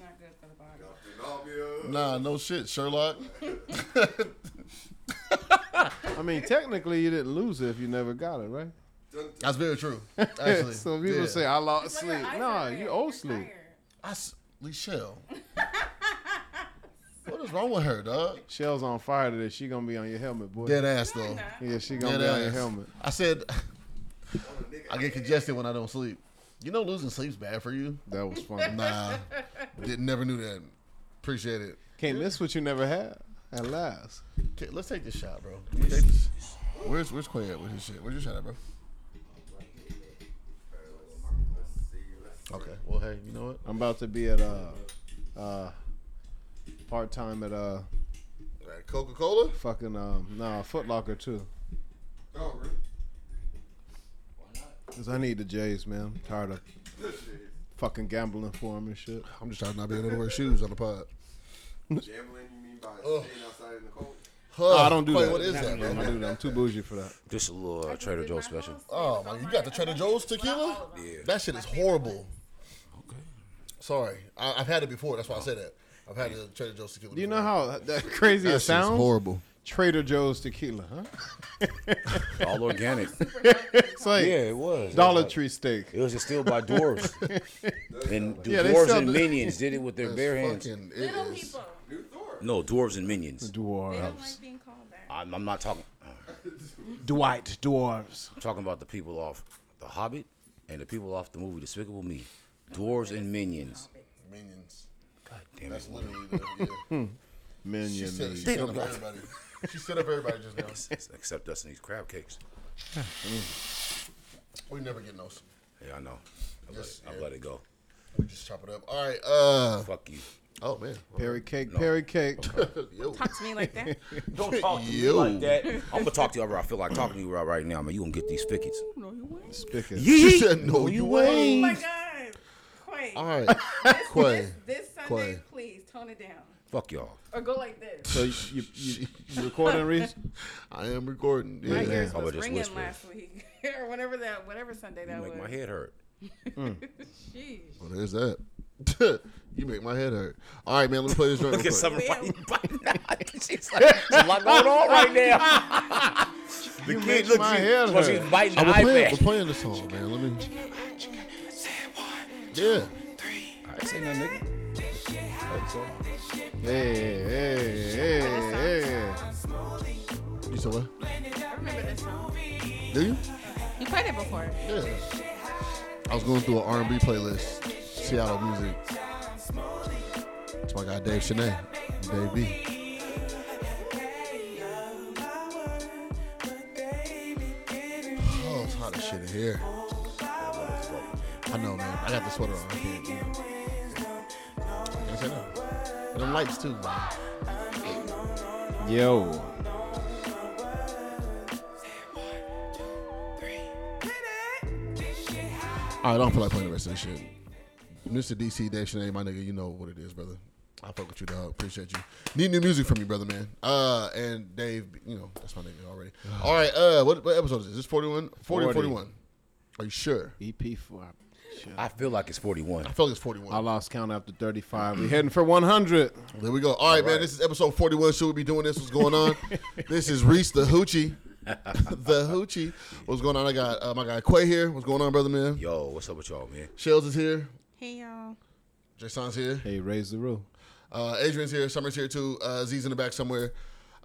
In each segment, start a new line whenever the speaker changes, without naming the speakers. not good for the body.
Nah, no shit, Sherlock.
I mean, technically, you didn't lose it if you never got it, right?
That's very true. Actually,
so people
Yeah.
say I lost
It's like your
sleep.
eyes
Nah,
are red.
you owe
You're
sleep.
tired.
I s- Michelle. what is wrong with her, dog?
Shell's on fire today. She gonna be on your helmet, boy.
Dead ass though.
I'm not.
Yeah, she gonna
Dead
be on your
ass.
helmet.
I said, I get congested when I don't sleep. You know, losing sleep's bad for you.
That was funny.
Nah, did never knew that. Appreciate it.
Can't miss what you never had. At last,
Okay, let's take this shot, bro. Take this. Where's Where's Quay at with his shit? Where's your shot at, bro? Okay. Well, hey, you know what?
I'm about to be at uh, uh, part time at uh,
Coca Cola.
fucking um, nah, Foot Locker too. Cause I need the J's, man. I'm tired of fucking gambling for them and shit.
I'm just trying to not be able to wear shoes on the pod.
Gambling, you mean by
Ugh.
staying outside in the cold?
Huh,
I don't do
Quay,
that.
What is that,
I
bro?
don't do that. I'm too bougie for that.
Just a little uh, Trader Joe's special.
Oh my! You got the Trader Joe's tequila?
Yeah.
That shit is horrible.
Okay.
Sorry, I, I've had it before. That's why I said that. I've had the Trader Joe's tequila.
Do you
before.
know how that crazy
that
it
shit's
sounds?
horrible?
Trader Joe's tequila, huh?
All organic.
It's like
yeah, it was.
Dollar
It was like-
Tree steak.
It was distilled by dwarves. and
Yeah, they
dwarves
sell
and
the-
minions did it with their
That's
bare hands.
fucking- it
Little
is-
people.
New Thor.
No, dwarves and minions.
They
Dwarves.
don't like being called that.
I'm, I'm not talking. I'm
Dwight Dwarves.
talking about the people off The Hobbit and the people off the movie Despicable Me. Dwarves and minions.
Minions.
God damn it.
That's literally the.
Hmm.
Yeah. She
Minion.
set, she
meat.
set up everybody. She set up everybody just now.
Except us and these crab cakes.
We never get those.
Yeah, I know. I'll,
Yes,
let, it, I'll
yeah.
let it go.
We just chop it up. All right. Uh.
Fuck you.
Oh man.
Perry cake, Perry cake.
Yo.
Talk to me like that.
Don't talk to me
Yo.
like that. I'm gonna talk to you wherever I feel like talking to you right, right now, man. You gonna get these spigots.
no, you wouldn't.
Spigot.
She said, "No, you
Oh my
ain't."
God. Quay.
All right. Quay.
This, this Sunday,
Quay.
please tone it down.
Fuck y'all.
Or go like this.
So you, you, you, you recording, Reese?
I am recording.
My
Yeah.
ears
I would
was
just
ringing
whisper.
last week. or whatever that, whatever Sunday that
You make
was.
my head hurt.
Jeez.
Well, there's that. you make my head hurt. All right, man. Let me play this joint. real
Look at
quick.
something right right now. She's like, there's a lot going on right now. the
make
kid looks
my head
well,
hurt.
she's biting the
Oh, we're, playing, we're
iPad.
playing the song, man. Let me. Yeah.
I ain't saying nothing, nigga. That's all.
Hey, hey, hey,
You said what?
I remember this song.
Do you?
You played it before.
Yeah. I was going through an R&B playlist, Seattle music. It's my guy Dave Chanel, Dave B. Oh, it's hot as shit in here. I know, man. I got the sweater on. I can't. You know. Yes, I know. And them lights too, man.
hey. Yo.
All right, I don't feel like playing the rest of this shit. Mr. DC Dave Shanae, my nigga, you know what it is, brother. I fuck with you, dog. Appreciate you. Need new music from you, brother, man. Uh, and Dave, you know that's my nigga already. All right, uh, what, what episode is this? This 41? 40 or
40.
41? Are you sure?
EP E four.
I feel like it's 41.
I feel like it's
I
41.
lost count after 35. We heading for 100.
There we go. All right, man. This is episode 41. Should we be doing this? What's going on? this is Reese the Hoochie. the Hoochie. What's going on? I got uh, my guy Quay here. What's going on, brother, man?
Yo, what's up with y'all, man?
Shells is here.
Hey, y'all.
Jason's here.
Hey, raise the roof.
Uh, Adrian's here. Summer's here too. Uh, Z's in the back somewhere.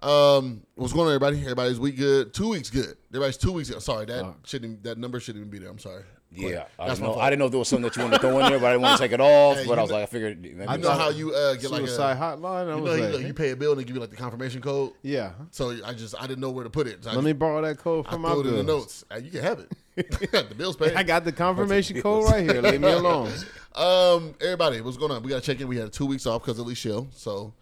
Um, what's going on, everybody? Everybody's week good. Two weeks good. Everybody's two weeks. Good. Sorry, that shouldn't. That number shouldn't even be there. I'm sorry.
Yeah, I,
That's
don't
my
know,
fault.
I didn't know if there was something that you wanted to throw in there, but I didn't want to take it off.
Hey,
but
you
I was
know-
like, I figured maybe
You know
it's-
how you uh, get like
Suicide
a.
hotline. I
You
was
know, you,
like,
know, you pay a bill and they give you like the confirmation code.
yeah.
So I just I didn't know where to put it. So I
Let
just,
me borrow that code
I
from my
threw it in the
bill.
notes. Uh, you can have it. the bills paid.
I got the confirmation code right here. Leave me alone.
Um, everybody, what's going on? We got to check in. We had two weeks off because of Lechelle. So,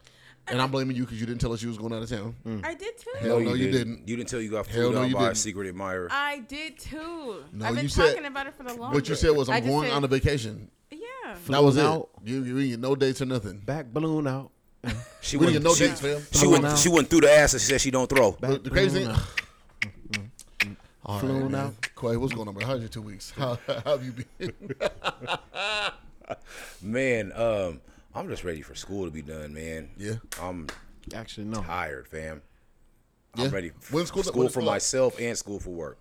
and I'm blaming you because you didn't tell us you was going out of town.
Mm-hmm.
I did too.
Hell no, you didn't.
You didn't tell you got
Hell
fooled
no,
out
you
by a
didn't.
secret admirer.
I did too.
No,
I've been
you said-
talking about it for the longest.
What you said was
Oh, I
I'm
just
going
said-
on a vacation.
Yeah.
That was
out.
it. You, you didn't get no dates or nothing.
Back balloon out.
She
We didn't get no
she,
dates, fam.
She
Thrown out.
went, she went through the ass and she said she don't throw.
But the crazy thing. All
Flew
right,
on
man.
out.
Quay, what's going on, bro? How's your two weeks? How, how have you been?
Man, um, I'm just ready for school to be done, man.
Yeah.
I'm
Actually, no.
tired, fam.
Yeah.
I'm ready.
When school-
school
when
for
school-
myself and school for work.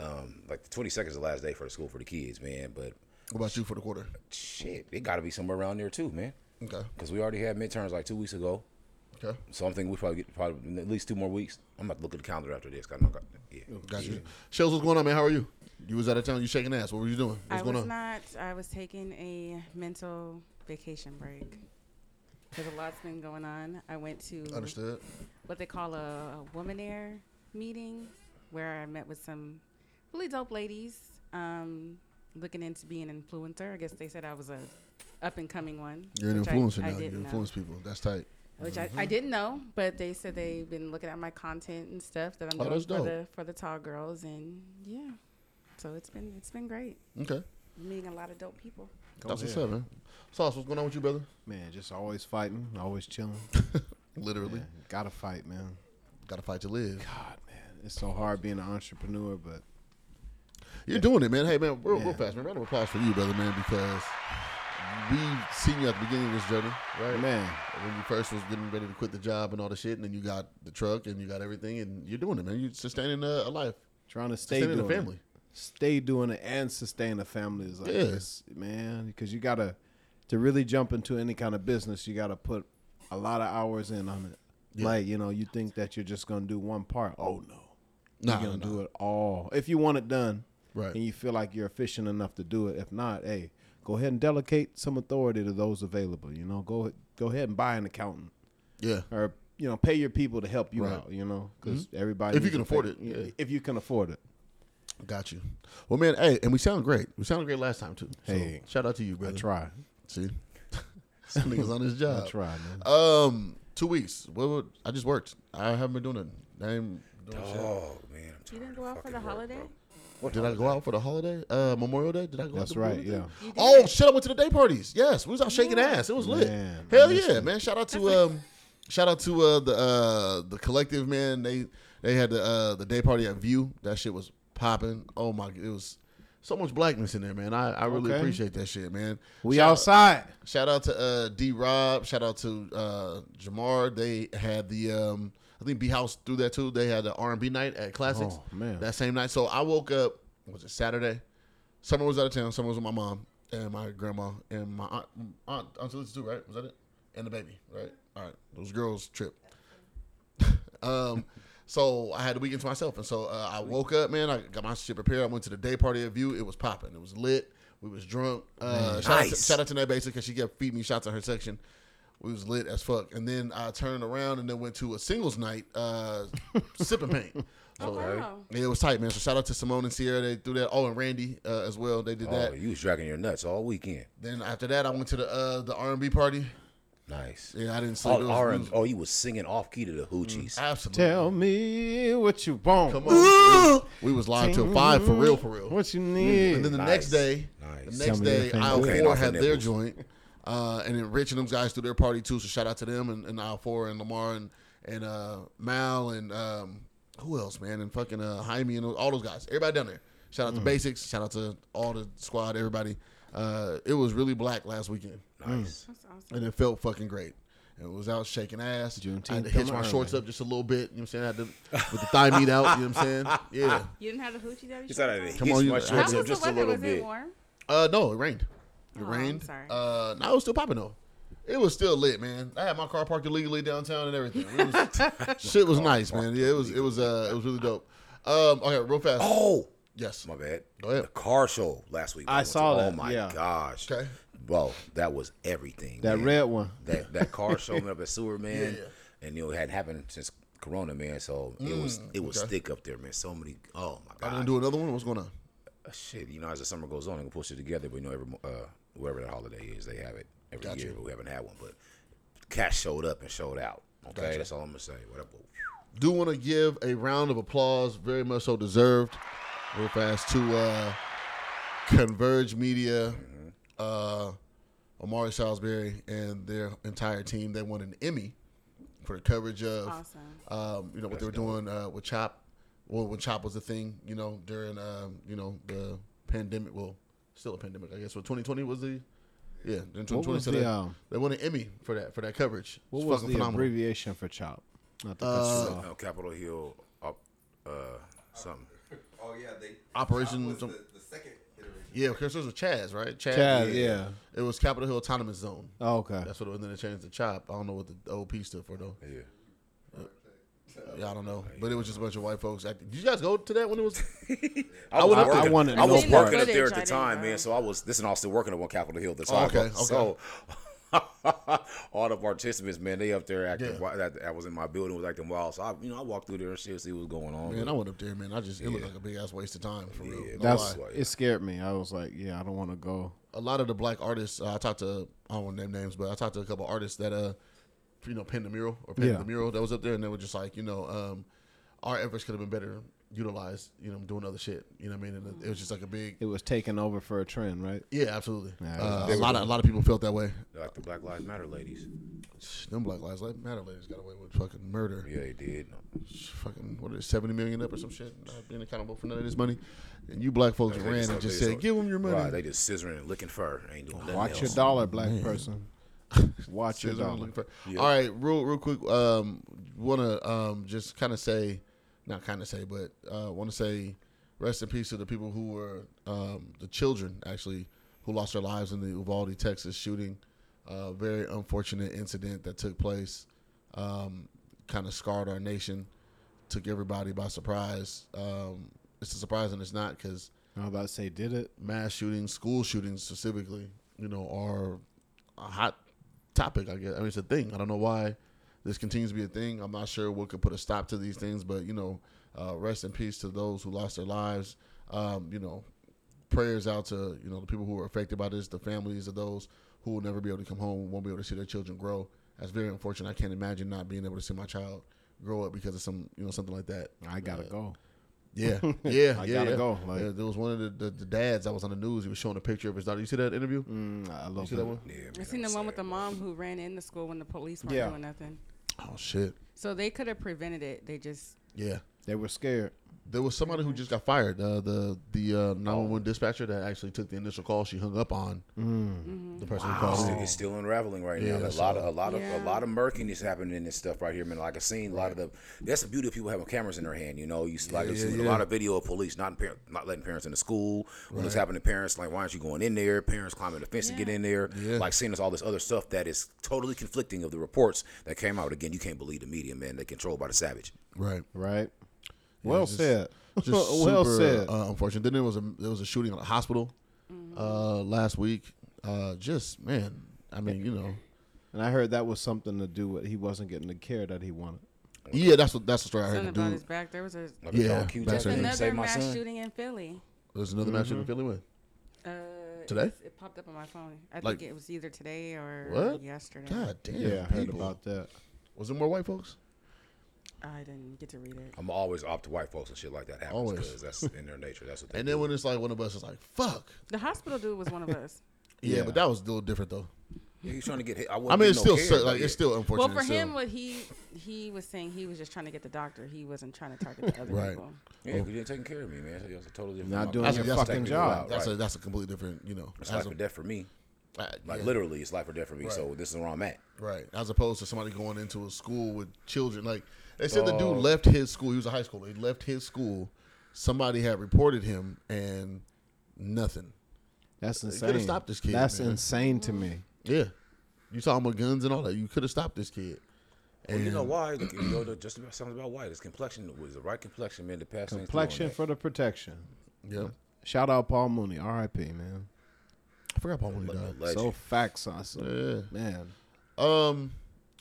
Um, like the 22nd is the last day for the school for the kids, man. But
What about you for the quarter?
shit, it got to be somewhere around there too, man.
Okay.
Because we already had midterms like two weeks ago.
Okay.
So I'm thinking we probably get probably at least two more weeks. I'm about to look at the calendar after this. 'cause I know I got, yeah.
Got you. Shells, what's going on, man? How are you? You was out of town. You shaking ass. What were you doing? What's
I
going
was
on?
not. I was taking a mental vacation break because a lot's been going on. I went to
Understood.
what they call a womanair meeting where I met with some really dope ladies um, looking into being an influencer. I guess they said I was a up and coming one.
You're an
which I-
influencer Mm-hmm.
I
now. You
didn't know.
influence people. That's tight.
Which I, I didn't know, but they said they've been looking at my content and stuff that I'm
Oh,
doing
that's
for
dope.
the for the tall girls and yeah. So it's been it's been great.
Okay.
Meeting a lot of dope people.
That's what's
ahead.
up, man. Sauce, what's going on with you, brother?
Oh, Man, just always fighting, always chilling.
Literally,
Yeah, gotta fight, man.
got to fight to live.
God, man, it's so hard being an entrepreneur, but
You're doing it, man. Hey, man, real, real
Yeah.
fast, man. Round of applause for you, brother, man, because we've seen you at the beginning of this journey, right?
man,
When you first was getting ready to quit the job and all the shit, and then you got the truck and you got everything, and you're doing it, man. You're sustaining a, a life,
trying to stay
sustaining
doing
a family.
It. Stay doing it and sustain a family is like
Yeah.
this, man. Because you gotta to really jump into any kind of business, you gotta put a lot of hours in on it. Like you know, you think that you're just gonna do one part. Oh no,
Nah,
you're gonna
nah.
do it all if you want it done,
Right.
And you feel like you're efficient enough to do it. If not, hey, go ahead and delegate some authority to those available. You know, go go ahead and buy an accountant
Yeah,
or you know pay your people to help you
Right. Mm-hmm.
out. You know, because everybody
If you
needs
can
to
afford
pay-
it, yeah.
If you can afford it.
got you. Well, man, hey, and we sound great. We sounded great last time too. So
Hey.
shout out to you, brother.
I try.
See, some niggas on this job.
I try, man.
Um, two weeks. What? would I just worked. I haven't been doing nothing. I ain't doing shit.
Oh man, I'm tired.
You didn't
of
go out for
fucking
the
work,
holiday?
bro. What
Did I go out for the holiday? Uh, Memorial Day? Did I go
That's
out? to
right,
Memorial Day?
yeah. You did.
Oh shit! I went to the day parties. Yes, we was out shaking ass. It was lit.
Man, I
Hell
missed
yeah,
it.
man! Shout out to um, shout out to uh the uh the collective man. They they had the uh the day party at View. That shit was popping. Oh my, it was so much blackness in there, man. I I really
Okay.
appreciate that shit, man.
We
Shout-
outside.
Shout out to uh, D Rob. Shout out to uh, Jamar. They had the um, I think B House threw that too. They had the R and B night at Classics
Oh, man.
that same night. So I woke up. Was it Saturday? Summer was out of town. Summer was with my mom and my grandma and my aunt, aunt, aunt Lisa too. Right? Was that it? And the baby. Right? All right. Those girls trip. Um, so I had the weekend to myself, and so uh, I woke up, man. I got my shit prepared. I went to the day party at View. It was popping. It was lit. We was drunk. Uh, shout, out to,
Nice.
shout out to Nate Basic because she kept feeding me shots in her section. We was lit as fuck. And then I turned around and then went to a singles night, uh, sipping paint. So
wow.
yeah, it was tight, man. So shout out to Simone and Sierra. They threw that. Oh, and Randy uh, as well. They did that.
Oh, you was dragging your nuts all weekend.
Then after that, I went to the uh, the R and B party.
Nice.
Yeah, I didn't sleep. It
Oh,
was-
R
it
and
was
oh, you was singing off key to the hoochies.
absolutely.
Tell me what you want.
Come on. we was live till five for real, for real.
What you need.
And then the
Nice.
next day,
Nice.
the
Tell
next
me your
day,
thing.
aisle
Okay.
four
Off the
had their
nipples.
joint, uh, and then Rich and them guys threw their party too. So shout out to them and, and aisle four and Lamar and and uh, Mal and um, who else, man, and fucking uh, Jaime and all those guys. Everybody down there. Shout
Mm.
out to Basics. Shout out to all the squad, everybody. Uh, it was really black last weekend,
nice.
That's awesome.
and it felt fucking great. And it was out shaking ass. I had
Juneteenth
to hitch my
coming
shorts
early.
up just a little bit. You know what I'm saying? I had to, with the thigh meat out. You know what I'm saying? Yeah.
You didn't have the hoochie daddy?
It's
shorts
out of
on?
it.
Come on, you-
my
how
How
shorts
was
up
the
just a
weather?
little
Was it
bit.
warm?
Uh, no, it rained. It
Oh, I'm
rained.
sorry.
Uh, no, it was still popping though. It was still lit, man. I had my car parked illegally downtown and everything. It was, shit
Oh,
was nice, man. Yeah, it was. It was. Uh, it was really dope. Um, okay, real fast.
Oh,
yes.
my bad.
Go ahead.
The car show last week.
I
went to.
saw
Oh
that,
my
yeah.
gosh.
Okay.
Bro, that was everything.
that
man.
red one.
that that car show me up at Sewer, man,
Yeah, Mm,
and you know it hadn't happened since Corona, man. So it was it was thick up there, man. So many. Oh my
I'm gonna
god.
do another one. What's going on?
Uh, shit, you know, as the summer goes on, they can push it together. But you know, every mo- uh, wherever the holiday is, they have it every year. But we haven't had one. But Cash showed up and showed out. Okay, that's all I'm gonna say. What up?
Do want to give a round of applause, very much so deserved, real fast to uh, Converge Media,
Mm-hmm.
uh, Amari Salisbury, and their entire team. They won an Emmy for the coverage of.
Awesome.
um, you know what they were doing uh, with Chop. Well, when Chop was a thing, you know, during um, you know the pandemic. Well, still a pandemic, I guess. Well, 2020 was the Yeah, then
What was
2020
the, um,
they won an Emmy for that for that coverage.
What
it's
was the
fucking phenomenal.
abbreviation for CHOP? Not the uh,
Uh, Capitol Hill, up, uh, something.
Oh yeah, they
Operation-
was the,
some-
the second iteration.
yeah, because it was Chaz, right? Chaz,
Chaz, yeah.
It was Capitol Hill Autonomous Zone.
Oh, okay.
That's what it was. Then they changed to Chop. I don't know what the old P stood for though.
Yeah.
Yeah, I don't know. But it was just a bunch of white folks. acting. Did you guys go to that when it was?
I,
went
was
up
working,
there.
I,
I wanted no
was
part.
working up
Footage, I
there at the
didn't
time,
know.
man. So I was this, and I was still working up on Capitol Hill at the
Oh,
time.
okay, okay.
So all the participants, man, they up there acting.
Yeah.
wild That I was in my building was acting wild. So I, you know, I walked through there and shit, see what was going on.
Man, I
But
went up there, man. I just it looked like a big ass waste of time for real.
Yeah,
No
That's
lie.
it. Scared me. I was like, yeah, I don't want to go.
a lot of the black artists. Uh, I talked to I don't want to name names, but I talked to a couple artists that uh, you know, pinned the mural or pinned
Yeah.
the mural that was up there, and they were just like, you know, um, our efforts could have been better utilized. You know, doing other shit. You know what I mean? And it was just like a big.
It was taken over for a trend, right?
Yeah, absolutely.
Yeah,
Uh, a lot of a lot of people felt that way.
like the Black Lives Matter ladies.
Them Black Lives Matter ladies got away with fucking murder.
Yeah, they did.
fucking what is it, seventy million up or some shit, not being accountable for none of this money, and you black folks
They
ran and
up
just
there,
said,
so-
"Give them your money."
Right, they just scissoring and licking fur. Ain't doing nothing
Oh, Watch
else.
your dollar, black person. Watch your
That's what I'm
dollar.
looking for. All right, real real quick, um, want to um just kind of say, not kind of say, but uh, want to say, rest in peace to the people who were um the children actually who lost their lives in the Uvalde, Texas shooting. Uh, very unfortunate incident that took place. Um, kind of scarred our nation, took everybody by surprise. Um, it's a surprise and it's not because
I was about to say, did it?
mass shootings, school shootings specifically, you know, are a hot topic. I guess I mean it's a thing. I don't know why this continues to be a thing. I'm not sure what could put a stop to these things, but you know, uh, rest in peace to those who lost their lives. Um, you know, prayers out to you know the people who were affected by this, the families of those who will never be able to come home, won't be able to see their children grow. That's very unfortunate. I can't imagine not being able to see my child grow up because of some you know something like that.
I gotta go.
Yeah, yeah, yeah,
I gotta
yeah.
go, like-
Yeah, there was one of the, the, the dads that was on the news. He was showing a picture of his daughter. You see that interview?
Mm, I
You
love
see
that
that one?
Yeah, man,
I seen
I'm
the one with the
sad.
mom who ran in the school when the police weren't
Yeah.
doing nothing.
Oh shit!
So they could have prevented it. They just
Yeah,
They were scared.
there was somebody who just got fired. Uh, the the uh, 911 dispatcher that actually took the initial call. She hung up on
Mm.
Mm-hmm.
the person who
It's
called.
still,
in.
it's still unraveling right
Oh. Yeah,
now. A
that's
lot of a lot of
Yeah.
a lot of murkiness happening in this stuff right here, man. Like I seen a lot of the. That's the beauty of people having cameras in their hand. You know, you see, like I've
yeah,
seen
yeah.
a lot of video of police not par- not letting parents into school. When it's happening to parents, like why aren't you going in there? Parents climbing the fence to get in there. Like seeing us all this other stuff that is totally conflicting of the reports that came out. Again, you can't believe the media, man. They controlled by the savage.
Right.
Right. well
just-
said.
Just
well
super,
said.
Uh, unfortunate. Then there was a there was a shooting at a hospital
Mm-hmm.
uh, last week. Uh, just man, I mean, you know,
and I heard that was something to do with he wasn't getting the care that he wanted.
yeah, that's what that's the story I heard.
something
The
about
dude,
his back. There was a
Like the
Yeah,
dog Q
that's
Jackson,
right.
"You
another
saved my
mass
son.
shooting in Philly.
there's another match
Mm-hmm.
in Philly with.
Uh,
Today?
it's- It popped up on my phone. I
Like-
think it was either today or
What?
yesterday.
God damn.
Yeah, I heard
people.
about that.
Was there more white folks?
I didn't get to read it.
I'm always opt to white folks and shit like that happens
Always.
because that's in their nature. That's what they
And
do.
then when it's like one of us is like, fuck.
The hospital dude was one of us.
Yeah,
Yeah.
but that was a little different though.
yeah, you trying to get hit. I,
I mean, it's still
care,
su-
but
like
yeah.
it's still
well,
unfortunate.
for
still.
him, what he he was saying, he was just trying to get the doctor. He wasn't trying to target the other
Right.
people.
Yeah, 'cause you ain't taking care of me, man. That's a totally different.
Oh. Not
my-
doing
that's
your
a-
fucking
taking me
job.
out,
that's
right.
a that's a completely different, you know,
it's
as
life
a-
or death for me.
uh,
Like
yeah,
literally, it's life or death for me. So this is where I'm at.
right, as opposed to somebody going into a school with children. Like they said, the dude left his school. He was a high schooler. He left his school. Somebody had reported him, and nothing.
That's
could've
insane.
stopped this kid,
That's
man.
insane to me.
Yeah, you saw him with guns and all that. You could have stopped this kid.
Well, you know why? Look, you know, the- just about sounds about white. His complexion was the right complexion, man. The past things through on
Complexion
that.
for the protection.
Yeah,
Shout out Paul Mooney, R.I.P. Man.
I forgot Paul Mooney died.
Legend.
So facts on some
Yeah.
man.
Um,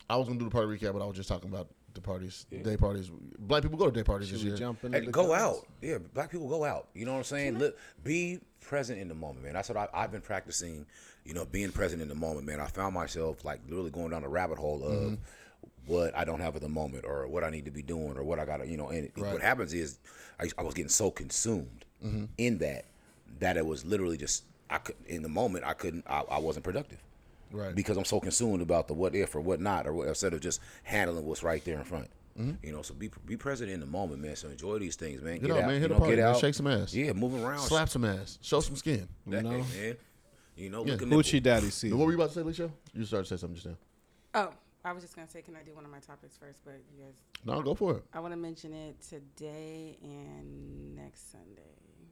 I was gonna do the party recap, but I was just talking about the parties, day parties. Black people go to day parties this
Should we
year.
jump into
Hey,
the
go
comments?
out. Yeah, black people go out. You know what I'm saying? Look, be present in the moment, man. That's what I, I've been practicing. You know, being present in the moment, man. I found myself like literally going down a rabbit hole of
Mm-hmm.
what I don't have at the moment, or what I need to be doing, or what I got to, you know. And what happens is, I, I was getting so consumed
Mm-hmm.
in that that it was literally just I could in the moment I couldn't I, I wasn't productive.
Right.
Because I'm so consumed about the what if or what not or what, instead of just handling what's right there in front. You know, so be be present in the moment, man. So enjoy these things, man. Mm-hmm. Get,
out, man. Hit
you
a
know,
party,
get
man.
out,
Shake some ass.
Yeah, move around,
Slap some ass. Show some skin.
that,
know?
man. You know,
Yeah.
look at
Hoochie Daddy
Now, What
season.
were you about to say, Lisha? You started to say something just now.
Oh, I was just gonna say, can I do one of my topics first? But you guys,
No, go for it.
I want to mention it today and next Sunday,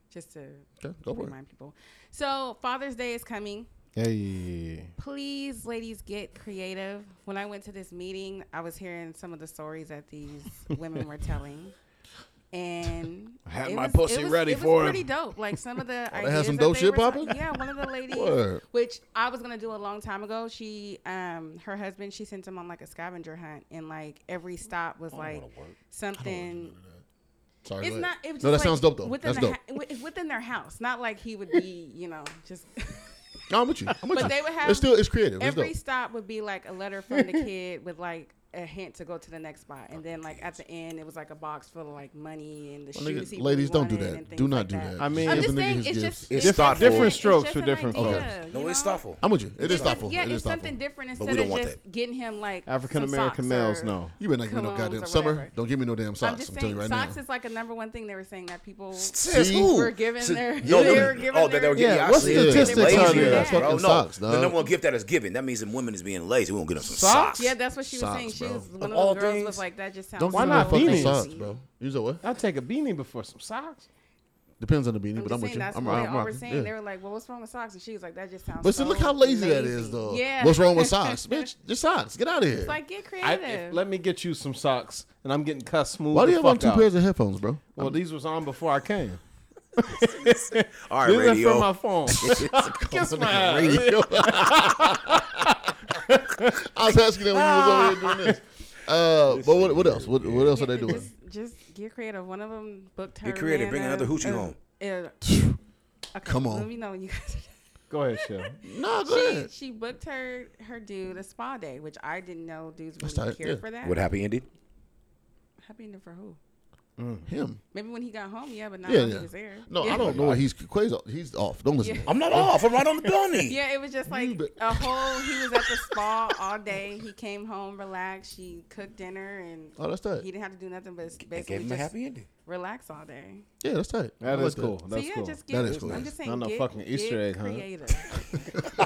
just to
Okay, go for it.
remind people. So Father's Day is coming.
Hey,
please ladies get creative when i went to this meeting i was hearing some of the stories that these women were telling and
I had
it
my pussy
it was,
ready
it was
for 'em.
pretty dope like some of the
Oh, had
ideas
some
that
dope
they
shit
were ta-
poppin'?
yeah one of the ladies
Word.
which i was gonna do a long time ago she um her husband she sent him on like a scavenger hunt and like every stop was like something
Sorry.
it's
go ahead.
not. It was
no, that
just
sounds
like
dope though.
Within
That's
the
dope.
ha- wi- it's within their house, not like he would be, you know, just.
No, I'm with you. I'm with you.
But they would have
It's still it's creative. It's
every
dope.
stop would be like a letter from the kid with like a hint to go to the next spot, and then like at the end it was like a box full of like money and the
My nigga,
shoes. he
ladies,
really
don't do
wanted
that.
and
Do
things
not
like
do that.
I mean-
I'm
Give
just
the nigga
saying,
his
it's
gifts.
just
It's
just
thoughtful.
an-
Different
it's
strokes
just
for
an
different
idea,
folks.
you
No, it's
know?
thoughtful.
I'm with you. It is
It's like,
thoughtful.
Yeah,
It
it's
is thoughtful.
something different
But we
instead
don't
of
want
just getting him like some
African-American
socks
males,
or-
no.
You better not give me no
colognes
goddamn
or
summer.
whatever.
Don't give me no damn socks.
I'm just
telling
saying,
you right
socks
now.
is like a number one thing they were saying that people.
Says
See?
who?
We're giving their-
no,
they
the-
were giving
oh,
their-
that they were giving
Yeah,
y'all
what's
shit.
statistics
Lazy
on here?
ass,
Fucking
bro. No,
socks,
the
dog.
number one gift that is given. That means the women is being lazy. We're gonna give them some
Socks?
socks.
Yeah, that's what she was
Socks,
saying. She
bro.
was one
Of
of
all
those girls
things,
was like, that just sounds.
Don't
so
give me no
not
fucking
beanies?
socks, bro. You said what?
I'll take a beanie before some socks.
Depends on the beanie,
I'm
but
just
I'm with
saying
you.
that's
I'm
what
right.
they
I'm
all were
rocking.
saying.
Yeah.
They were like, "Well, what's wrong with socks?" And she was like, "That just sounds."
But see,
so
look how lazy that
lazy."
is, though.
Yeah.
What's wrong with socks,
Yeah.
bitch? Your socks. Get out of here.
It's like get
I,
creative.
if, let me get you some socks, and I'm getting cut smooth.
Why do
the
you have on
fuck
two
out.
pairs of headphones, bro?
Well, these was on before I came.
All right,
These are
radio.
from my phone. Kiss my ass.
I was asking them when you was over here doing this. Uh, but what, what else? What, what else are they doing?
Just, just get creative. One of them booked her.
creative.
man
Bring
a-
another hoochie
a-
home.
a- okay,
Come on.
Let me know when you guys.
Go ahead, Shell.
No, go
She,
ahead.
she booked her her dude a spa day, which I didn't know dudes
That's
really
tight,
cared
yeah.
for that.
What happy ended?
Happy ending for who?
Him.
Maybe when he got home, yeah, but not
Yeah,
when
yeah.
he was there.
No,
yeah.
I don't know what he's Quay's, he's off. Don't listen. to
Yeah.
him.
I'm not off. I'm right on the bunny.
Yeah, it was just like
bet.
a whole. He was at the spa all day. He came home, relaxed. She cooked dinner, and
Oh, that's tight.
he didn't have to do nothing but
I gave
basically
him a
just
happy ending.
relax all day.
Yeah, that's tight. I
That
like
is cool. That's
so yeah,
cool.
just
That
get.
is cool.
I'm just saying,
Not no
get,
fucking Easter
get
egg, huh?
creative.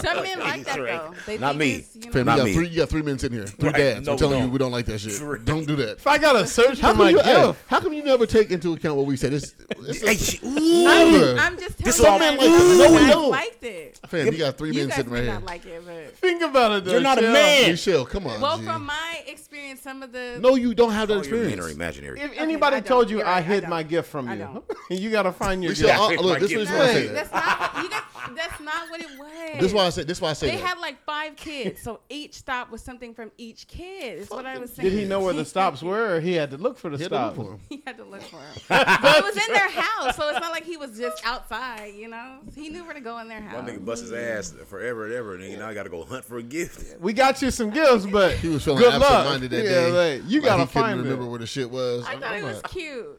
Some men like that
Easter egg.
though. They
Not
think
me.
it's, You
Fam,
know,
you
Not
got
me.
three. You got three men sitting here. Three
Right.
dads.
No,
I'm
we
telling you,
don't.
we don't like that shit.
Three.
Don't do that.
if I gotta search
How come,
for my
you,
gift,
hey, how come you never take into account what we said? It's, it's
Hey,
a-
she,
I'm,
ooh.
Never.
I'm just
This
telling
all
you,
men
guys,
like it.
you
No, we
guys
don't.
liked it.
fam, you got three
You
men
guys
sitting
may
right here.
not like it, but
think about it. Though,
You're not a
Shell.
man.
Michelle, come on.
well,
G.
from my experience, some of the
Oh, no, you don't have that
Oh, you're men
experience.
are imaginary.
If
I
anybody
don't.
told you
You're
I
right, I
hid my
don't.
gift from
I
you,
don't.
you gotta find your
Michelle,
gift.
uh, look, this is why I say that.
That's not. You guys, that's not what it was.
This is why I said. This is why I said.
They
that.
had like five kids, so each stop was something from each kid. Is what I was saying.
Did he know where the stops were, or he had to look for the
He had to look
stops?
for 'em.
He had to look for him. but it was in their house, so it's not like he was just outside. You know, he knew where to go in their
My
house.
nigga bust his ass forever and ever, and now I gotta go hunt for a gift.
We got you some gifts, but
He was feeling
good luck.
absent-minded that
yeah,
day.
Like, you
Like,
gotta
he couldn't
find
remember
it.
where the shit was.
I
I'm-
thought
I'm
it was
like,
cute.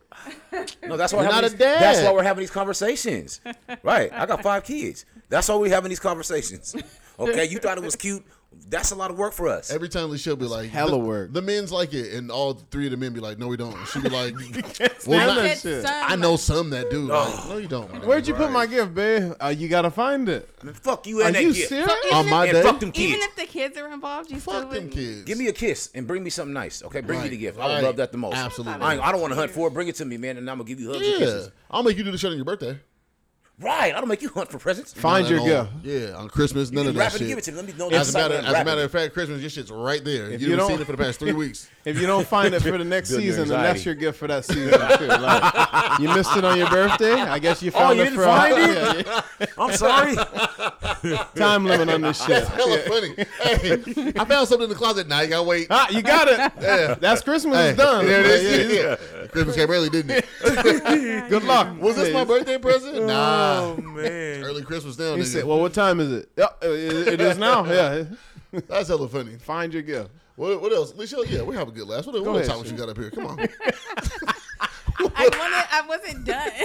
No, that's why
You're
we're having
not a
these,
dad.
That's why we're having these conversations. right. I got five kids. That's why we're having these conversations. Okay, you thought it was cute. That's a lot of work for us.
Every time she'll be like,
hella
the,
work.
The men's like it, and all three of the men be like, "No, we don't." She be like,
stand
"Well,
that
not,
shit.
Son,
I know some that do." Like, no, you don't. my nigga.
Where'd you put my gift, babe? Uh, you gotta find it.
Man, fuck you
Are
and that
you
gift.
serious?
So even
On
if-
my
And
day?
fuck them
Even
kids.
if the kids are involved, you still
Fuck them
wouldn't.
kids.
Give me a kiss and bring me something nice. Okay, bring me the gift. I
Right.
would love that the most.
Absolutely.
I, ain't- I don't want to hunt for it. Bring it to me, man, and I'm gonna give you hugs and
yeah.
kisses.
I'll make you do the shit on your birthday.
Right. I don't make you hunt for presents.
Find
Not
your
on-
gift.
Yeah, on Christmas, none of that
Wrap it
shit.
and give it to me. Let me know.
As
that's
a matter,
something
as a
wrapped.
matter of fact, Christmas, your shit's right there.
If
you
you
haven't
don't-
seen it for the past three weeks.
If you don't find it for the next
Building
season, then
anxiety.
that's your gift for that season. Too. Like, you missed it on your birthday. I guess you found
you
it
didn't
for
find it?
Yeah, yeah.
I'm sorry.
time limit on this shit.
Hella funny. Hey, I found something in the closet. Now you gotta wait.
Ah, you got it. That's Christmas
Hey,
is done.
There it
Yeah,
is.
yeah,
Yeah. Christmas came early, didn't it?
yeah. Good luck.
Was this my birthday present? Nah.
man.
Early Christmas now,
Oh, He
nigga.
said, "Well, what time is it? Yeah, uh, it it is now. Yeah,
That's hella funny.
find your gift.
What, what else? Lisha, yeah, we have a good laugh. What, what
ahead,
time you got up here? Come on. Oh,
I wanted. I wasn't done.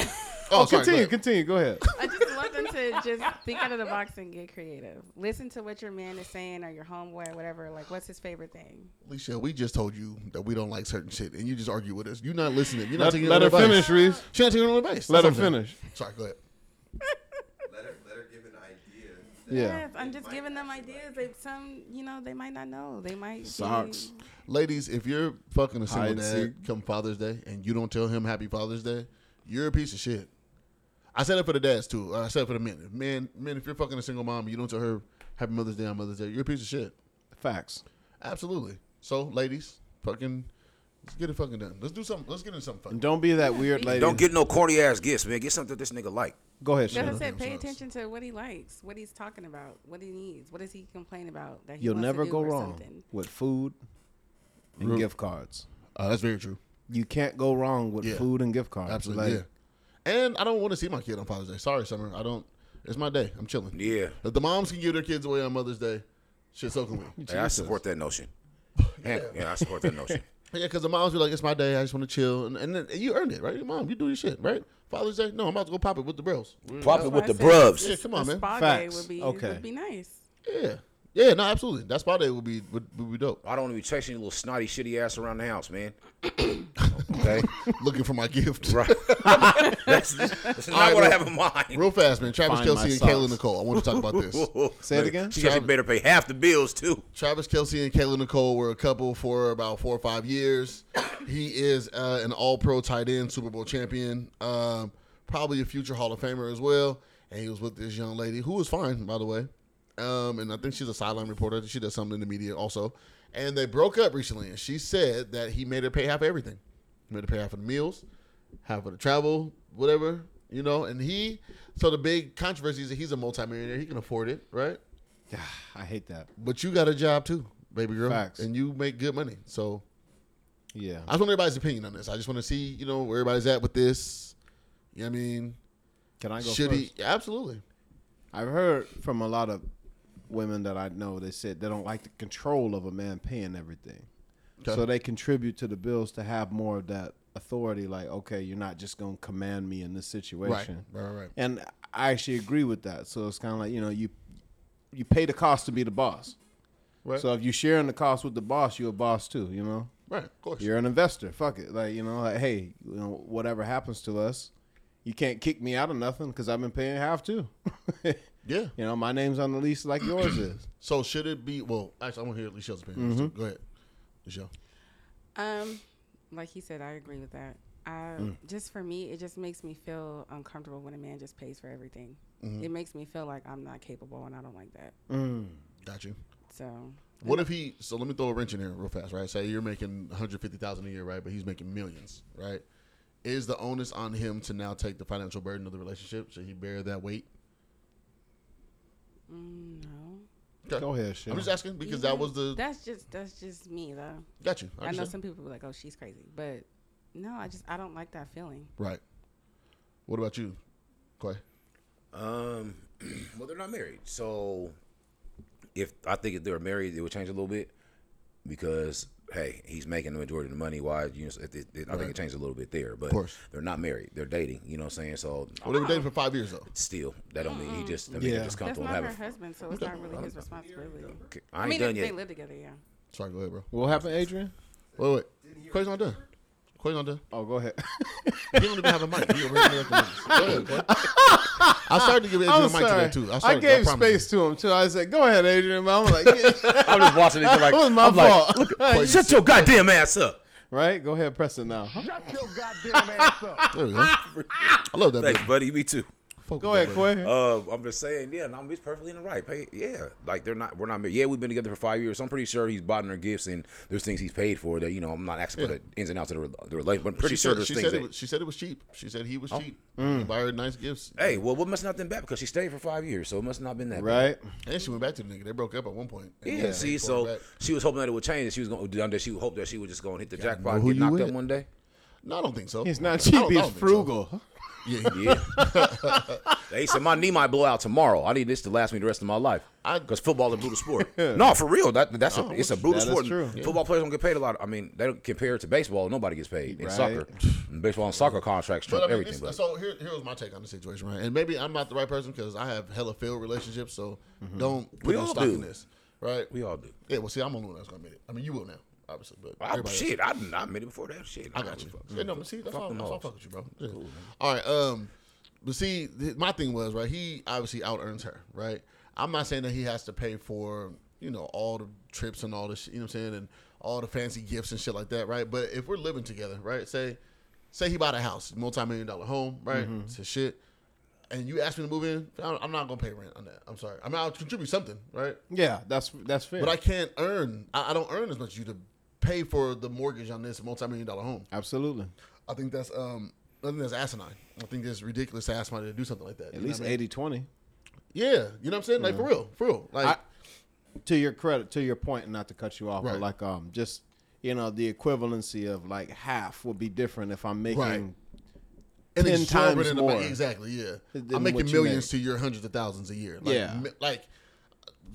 Oh, sorry, go
continue,
ahead.
continue. Go ahead.
I just want them to just think out of the box and get creative. Listen to what your man is saying or your homeboy or whatever. Like, what's his favorite thing?
Alicia, we just told you that we don't like certain shit, and you just argue with us. You're not listening. You're not
Let,
taking
let
no
her
advice.
finish, Reese.
She not taking no advice.
Let
That's
her
what I'm saying.
finish.
Sorry, go ahead.
Let her, let her give an idea
Yeah.
Yes, I'm just giving them ideas. They some, you know, they might not know. They might be-
Socks.
Ladies, if you're fucking a
Hide
single
and
dad come Father's Day and you don't tell him Happy Father's Day, you're a piece of shit. I said it for the dads too. I said it for the men. Men, men, if you're fucking a single mom and you don't tell her Happy Mother's Day on Mother's Day, you're a piece of shit.
Facts.
Absolutely. So, ladies, fucking, let's get it fucking done. Let's do something. Let's get into something fucking.
And don't be that weird
be-
lady.
Don't get no corny ass gifts, man. Get something that this nigga like.
Go ahead,
That's
Shannon.
what I said. Pay
Socks.
attention to what he likes, what he's talking about, what he needs, what does he complain about that he
You'll
wants to
never
do
go
or
wrong
something.
with food and
Real-
gift cards.
Uh, that's very true.
You can't go wrong with
Yeah.
food and gift cards.
Absolutely.
Like,
yeah. And I don't want to see my kid on Father's Day. Sorry, Summer. I don't. It's my day. I'm chilling.
Yeah.
If the moms can give their kids away on Mother's Day, shit, so can we.
Hey, I support that notion. Yeah, yeah, I support that notion.
Yeah, because the moms be like, "It's my day. I just want to chill," and, and then you earned it, right? Your mom, you do your shit, right? Father's Day, no, I'm about to go pop it with the bros.
Pop it
That's
with
why
the
I said
bruvs.
this-
Yeah, come on,
a
man.
Spa day
Facts.
would be
Okay.
would be nice.
Yeah, yeah, no, absolutely. That's why they would be would, would be dope.
I don't want to be chasing your little snotty, shitty ass around the house, man. okay,
Looking for my gift,
right. that's, that's not
right,
what I
well,
have in mind.
Real fast, man. Travis
Find my
Kelsey and
socks.
Kayla Nicole. I want to talk about this.
Say it again?
She said she better pay half the bills too.
Travis Kelsey and Kayla Nicole were a couple for about four or five years. he is uh, an All Pro tight end, Super Bowl champion, um, probably a future Hall of Famer as well. And he was with this young lady who was fine, by the way. Um, and I think she's a sideline reporter. She does something in the media also. And they broke up recently, and she said that he made her pay half of everything. He made her pay half of the meals, half of the travel, whatever, you know. And he, so the big controversy is that he's a multimillionaire. He can afford it, right?
I hate that.
But you got a job too, baby girl,
Facts.
and you make good money. So I
Yeah.
just want everybody's opinion on this. I just want to see, you know, where everybody's at with this. You know what I mean?
Can I go
Should
first?
he? Absolutely.
I've heard from a lot of women that I know. They said they don't like the control of a man paying everything,
Okay.
so they contribute to the bills to have more of that authority. Like, okay, you're not just gonna command me in this
Right.
situation.
Right. Right. right.
And I actually agree with that. So it's kind of like you know you you pay the cost to be the boss.
Right.
So if you're sharing the cost with the boss, you're a boss too. You know.
Right. Of course.
You're an investor. Fuck it. Like you know, like hey, you know, whatever happens to us, you can't kick me out of nothing because I've been paying half too.
Yeah.
You know, my name's on the lease like yours is.
So should it be? Well, actually, I want to hear Michelle's opinion. So
Mm-hmm.
Go ahead, Michelle.
Um, like he said, I agree with that. I,
Mm.
Just for me, it just makes me feel uncomfortable when a man just pays for everything.
Mm-hmm.
It makes me feel like I'm not capable, and I don't like that.
Got you.
So
What if he? So let me throw a wrench in here real fast, right? Say you're making 150,000 a year, right? But he's making millions, right? Is the onus on him to now take the financial burden of the relationship? Should he bear that weight?
no,
Okay.
Go ahead, Shell.
I'm just asking because that
Even-
was the
That's just that's just me though.
Got you.
I know
understand.
some people be like, "Oh, she's crazy," but no, I just I don't like that feeling.
Right. What about you, Clay?
Um, well, they're not married, so if I think if they were married, it would change a little bit because hey, he's making the majority of the money. Why you know, it, it, I think it changed a little bit there, but
course.
they're not married. They're dating. You know what I'm saying? So
Well, they were dating for five years though.
still, that don't mean he just. I mean,
Yeah.
it just come
That's
to him
not her
having.
husband, so it's not really his responsibility.
I
I
ain't
mean,
done
if they
yet.
live together, yeah.
Sorry, go ahead, bro.
What happened, Adrian?
Wait, wait. Clay's not done. Clay's not done.
Oh, go ahead.
He don't even have a mic. He over here making noises. Go ahead, Clay. I started to give Adrian a mic
I'm
today
sorry.
too. I,
I,
started,
gave
promise
space to him too. I said, "Go ahead, Adrian." But I'm like, yeah,
I'm just watching it. Like,
"It was my
I'm like,
fault."
"Look, shut your goddamn ass up.
right? Go ahead, press it now.
You. There we go. I love that.
Thanks,
Bit.
buddy. Me too.
Focus,
Go
bro.
ahead, Quay.
Uh, I'm just saying, yeah, no, he's perfectly in the right. Pay, yeah, like they're not, we're not, married. yeah, we've been together for five years. So I'm pretty sure he's buying her gifts and there's things he's paid for that, you know, I'm not asking for the ins and outs of the, re- the relationship, but I'm pretty
She
sure
said,
there's
she,
things
said it
that,
was, she said it was cheap. She said he was cheap.
Mm.
He buy her nice gifts.
Oh. hey, well, what must not been bad because she stayed for five years, so it must not have been that bad.
Right?
And she went back to the nigga. They broke up at one point. And
Yeah,
then
see,
they
so
brought her back.
she was hoping that it would change. and She was going to, she would hope that she would just go and hit the
know
jackpot and
who
get
you
knocked
with.
up one day.
No, I don't think so.
He's not
I
cheap.
don't- I
He's
don't think so.
frugal.
Yeah, he-
Yeah. hey, so my knee might blow out tomorrow. I need this to last me the rest of my life.
I-
Because football is a brutal sport. no, for real. That that's a it's a brutal
that is
sport.
true.
Football players don't get paid a lot. I mean, they don't compare it to baseball. Nobody gets paid. In
Right.
soccer, baseball and soccer contracts
But
trump
I mean,
everything.
this-
But
so here, here was my take on the situation, right? And maybe I'm not the right person because I have hella failed relationships, so don't put
Mm-hmm. We
no
all
stock
do.
in this, right?
we all do.
yeah, well, see, I'm the only one that's gonna admit it. I mean, you will now, obviously, but
I,
everybody else-
Ah, shit, I did not made it before that. Shit,
I got you. Yeah, no, but see, that's
Fuck
all.
them
That's all. I
hoes.
fuck with you, bro. Yeah. All right. Um, but see, th- my thing was right. He obviously out earns her, right? I'm not saying that he has to pay for you know all the trips and all this, shit, you know what I'm saying, and all the fancy gifts and shit like that, right? But if we're living together, right? Say, say he bought a house, multi-million dollar home, right? It's his shit. And you ask me to move in, I'm I'm not gonna pay rent on that. I'm sorry. I mean, I'll contribute something, right?
Yeah, that's that's fair.
But I can't earn. I, I don't earn as much as you to pay for the mortgage on this multi-million dollar home.
Absolutely.
I think that's um. I think that's asinine. I think it's ridiculous to ask somebody to do something like that.
At
You know
least
what I mean?
80 20.
Yeah, you know what I'm saying? Like for real, for real. Like
I- to your credit, to your point, not to cut you off,
Right.
but like um, just you know, the equivalency of like half would be different if I'm making.
Right.
10
exorbitant
times
amount-
more
Exactly. Yeah,
than
I'm
what
making
you
millions
make.
to your hundreds of thousands a year. Like,
Yeah.
mi- like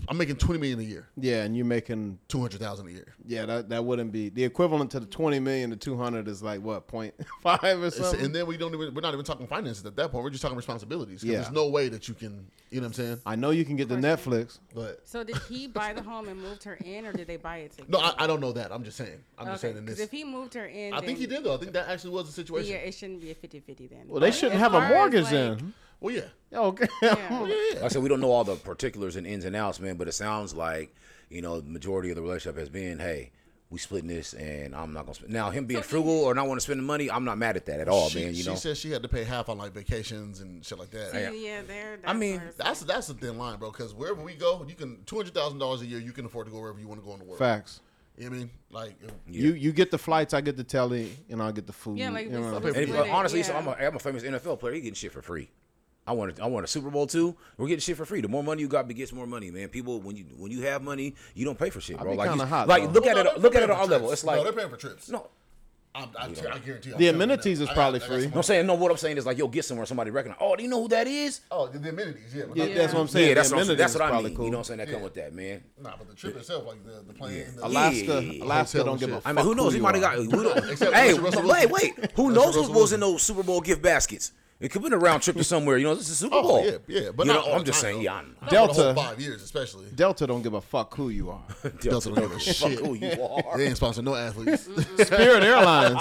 I'm making twenty million a year,
Yeah, and you're making
two hundred thousand a year.
yeah that that wouldn't be the equivalent to the 20 million to 200 is like what point five or
It's-
something.
and then we don't even we're not even talking finances at that point. We're just talking responsibilities. 'Cause
Yeah.
There's no way that you can. You know what I'm saying?
I know you can get the Netflix.
But
So did he buy the home and moved her in, or did they buy it together?
no, I, I don't know that. I'm just saying. I'm just
Okay,
saying in
because
this.
if he moved her in,
I think he
then
did though. I think that actually was the situation.
Yeah, it shouldn't be a 50-50 then.
Well, they
But
shouldn't
as
have a
far as,
mortgage
like,
then.
Well, yeah.
Okay.
Yeah.
Yeah.
Like I said we don't know all the particulars and ins and outs, man, but it sounds like you know the majority of the relationship has been, hey, we splitting this, and I'm not gonna spend. Now him being frugal or not want to spend the money, I'm not mad at that at
Oh,
all,
she,
man. You
she
know,
said she had to pay half on like vacations and shit like that.
Yeah, yeah, there.
I mean,
That's that's a thin line, bro. Because wherever we go, you can two hundred thousand dollars a year, you can afford to go wherever you want to go in the world.
Facts.
You know what I mean? Like, if-
You you get the flights, I get the telly, and I'll get the food.
Yeah, like
you
we
know.
said-
pay
and
for
but
it,
honestly, so
yeah.
I'm a, I'm a famous NFL player. He getting shit for free. I want a, I want a Super Bowl too. We're getting shit for free. The more money you got, begets more money, man. People, when you when you have money, you don't pay for shit,
I
bro.
be
Like, you,
kinda hot,
like
though.
look at
No,
it,
they're
look at
paying
it on
for
all level.
trips.
It's like
no, they're paying for trips.
no,
I, I, I guarantee.
The amenities is probably free.
No, I'm saying no. What I'm saying is like you'll get somewhere, somebody recognize. Oh, do you know who that is?
Oh, the, the amenities, yeah. But
Yeah,
not-
That's what I'm saying.
Yeah, that's
The
what I'm saying.
amenities
That's what I
probably
mean.
cool.
You know what I'm saying? That come with that, man.
Nah, but the trip itself, like the the plane. The,
Yeah.
Alaska, Alaska
Hotel
don't give a
shit.
fuck.
I mean, who knows?
Who
He
you
might have
are.
got. we don't-
Except
hey,
Russell Wilson.
wait, wait. Who
Except
knows
Russell
what was
Wilson.
in those Super Bowl gift baskets? It could have been a round trip to somewhere. You know, this is Super
Oh,
Bowl.
yeah, yeah, but
You
not
know,
all
I'm
the
just
time,
saying,
though.
yeah. I'm-
Not for the whole
Delta.
five years, especially.
Delta don't give a fuck who you are.
Delta don't give a
Fuck
shit.
who you are.
They ain't sponsoring no athletes.
Spirit Airlines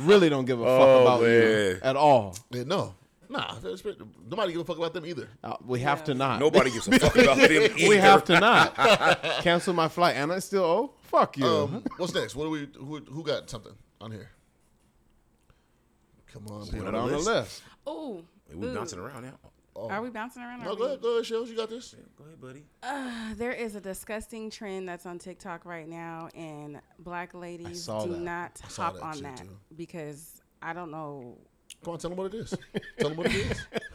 really don't give a fuck
Oh,
about you
man.
at all.
Yeah, no, nah. that's- Nobody give a fuck about them either.
Uh, we have to not.
Nobody gives a fuck about them.
we have to not cancel my flight, and I still owe. Fuck you.
Um, what's next? What do we? Who, who got something on here? Come on,
Put
people.
it on the
list.
list.
Oh,
We're bouncing around now.
Are we bouncing around?
No, go
Are we- Uh,
ahead, go ahead, Shells. You got this.
Go ahead, buddy.
There is a disgusting trend that's on TikTok right now, and black ladies
saw
do
that.
not
saw
hop
that
on
shit,
that
too.
because I don't know.
Come on, tell them what it is. tell them what it is.
It's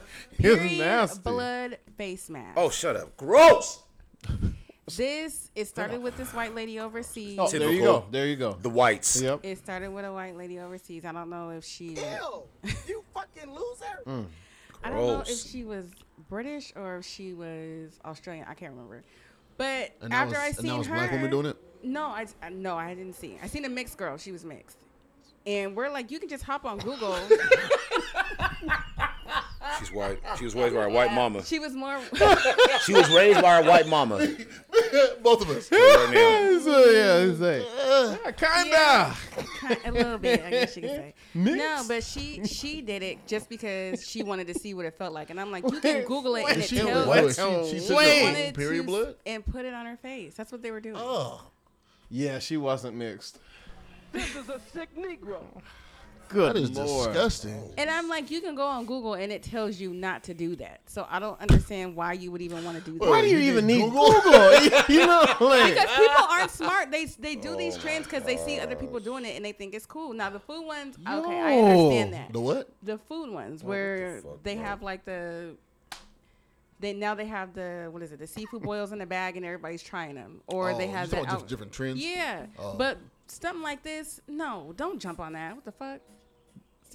Period
nasty.
blood face mask.
Oh, shut up. Gross.
This it started with this white lady overseas.
Oh, there you go.
Typical.
There you go.
The whites.
Yep.
It started with a white lady overseas. I don't know if she
you fucking loser.
Mm.
I don't know if
Gross.
she was British or if she was Australian. I can't remember. But
And that
after
was-
I
and that
seen
was
her,
black women doing it?
No, I I- no, I didn't see. it. I seen a mixed girl. She was mixed, and we're like, you can just hop on Google.
She's white. She was raised by a white mama.
she was more.
She was raised by a white mama. Right
Both of us.
now.
So, yeah, it's like, yeah, kinda.
Yeah, ki- a little bit, I guess you could say. No, but she she did it just because she wanted to see what it felt like, and I'm like, you can Google it and it
she, she,
tells.
what?
you.
she, she took
She
her own
wanted
period
to
blood.
s- and put it on her face. That's what they were doing.
Oh,
Yeah, she wasn't mixed.
This is a sick Negro.
Good
that is
lord.
disgusting.
And I'm like, you can go on Google and it tells you not to do that. So I don't understand why you would even want to do that.
Why do you
You
even
did
need Google?
Google?
you know, like
Because people aren't smart. They they do
Oh
these trends because they see other people doing it and they think it's cool. Now the food ones, okay, I understand that.
The what?
The food ones where they have like the they now they have the what is it? The seafood boils in the bag and everybody's trying them, or
Oh,
they
you
have
talking
the
about
out-
diff- different trends. Oh.
Yeah, but something like this, no, don't jump on that. What the fuck?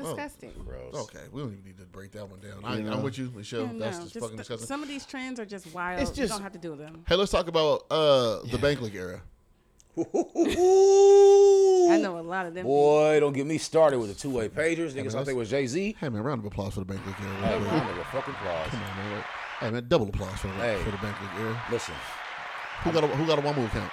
It's
Oh,
disgusting.
Gross.
Okay, we don't even need to break that one down. I,
You know.
I'm with you, Michelle.
Oh. Yeah,
That's
no,
just
just
fucking
th-
disgusting.
Some of these trends are just wild.
It's
you
just-
don't have to do them.
hey, let's talk about uh, the Banklick era.
I
Ooh.
know a lot of them.
Boy, don't get me started with the two way pagers. Niggas thought they was Jay Z.
Hey man, round of applause for the Banklick era.
Hey,
real quick.
round of fucking applause.
Come on, man. Like, Hey man, double applause for the
Hey.
for the Banklick era.
Listen,
Who got a, who got a one move count?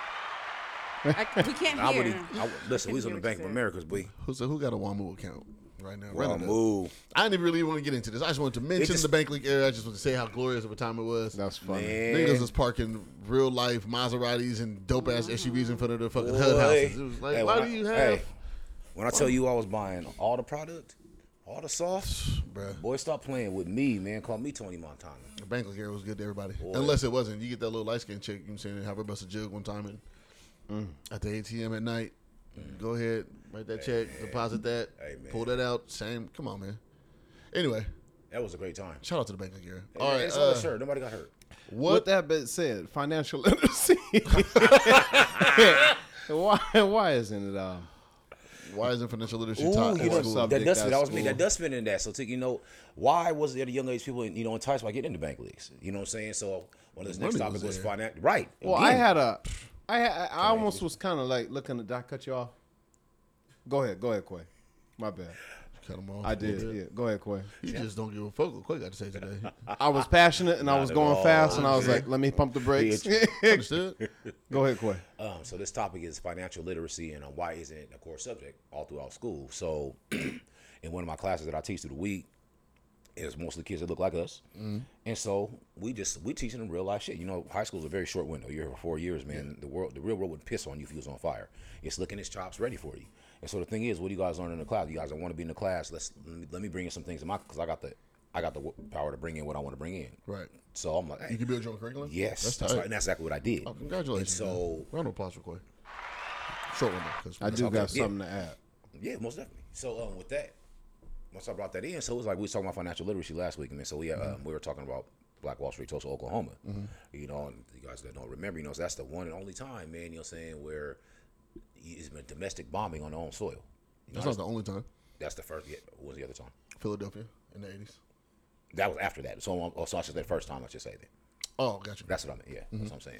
I, we can't
I would,
hear.
I would listen. We was on
Hear
the
what
Bank
you
of
said.
America's. We
Who said who got a one move count? right now.
Raw
Random does.
move.
I didn't even really want to get into this. I just wanted to mention
just-
the Bank League era. I just wanted to say how glorious of a time it was.
That's funny.
Niggas
Man.
was parking real life Maseratis and dope ass SUVs in front of their fucking HUD
Boy.
houses. It was like,
Hey,
why
when
do
I-
you have,
hey, when I tell you I was buying all the product, all the sauce,
bruh?
boy, stop playing with me, man. Call me Tony Montana.
The Bank League era was good to everybody, unless it wasn't. You get that little light skinned chick. You know what I'm saying? Have her bust a jig one time and
Mm.
at the ATM at night. Go ahead, write that check, deposit that,
Hey, man.
pull that out. Same. Come on, man. Anyway,
That was a great time.
shout out to the Bank League era. All right,
it's
uh,
all sure. Nobody got hurt.
what
With that being said, financial literacy. why? Why isn't it? Um,
Why isn't financial literacy
Ooh,
taught
you
in
know,
school?
something. subject
that dustbin,
at
that was me.
school.
That dustbin in that. So, t- you know, why was there the young age people, you know, enticed by getting into bank leagues? You know what I'm saying? So, one of this next
money
topic
was
was
there.
financial. Right.
well, I
Again.
had a. I had, I almost was kind of like looking. Did I cut you off? Go ahead. Go ahead, Quay. My bad.
Cut 'em off
I
a little
did.
bit.
Yeah. Go ahead, Quay.
You just don't give a fuck what Quay got to say today.
I was passionate and I was
at
going
all.
fast and I was like, let me pump the brakes.
Understood?
Go ahead, Quay.
Um, so this topic is financial literacy and uh, why isn't it a core subject all throughout school? So in one of my classes that I teach through the week, it's mostly kids that look like us,
Mm-hmm.
and so we just we teaching them real life shit. You know, high school's a very short window. You're here for four years, man. The world, the real world would piss on you if you was on fire. It's licking its chops, ready for you. And so the thing is, what do you guys learn in the class? You guys don't want to be in the class. Let's let me, let me bring in some things in my because I got the I got the w- power to bring in what I want to bring in.
right.
So I'm like,
You
hey,
can build your own curriculum?
yes,
That's
that's,
tight.
right, and that's exactly what I did.
Oh, congratulations.
And so-
man. round of applause for Quay. Short one, though, 'cause
I do
that's-
got something to add.
Yeah, most definitely. So um, with that, once I brought that in, so it was like we was talking about financial literacy last week, and then so we um, we were talking about Black Wall Street, Tulsa, Oklahoma. You know, and you guys that don't remember, you know, so that's the one and only time, man. You know, what I'm saying where it's been domestic bombing on their own soil. You know,
That's not the only time.
that's the first. Yeah, what was the other time?
Philadelphia in the 80s.
That was after that. So, um, so I should say first time. I should say that.
Oh, gotcha.
That's what I mean. Yeah, that's what I'm saying.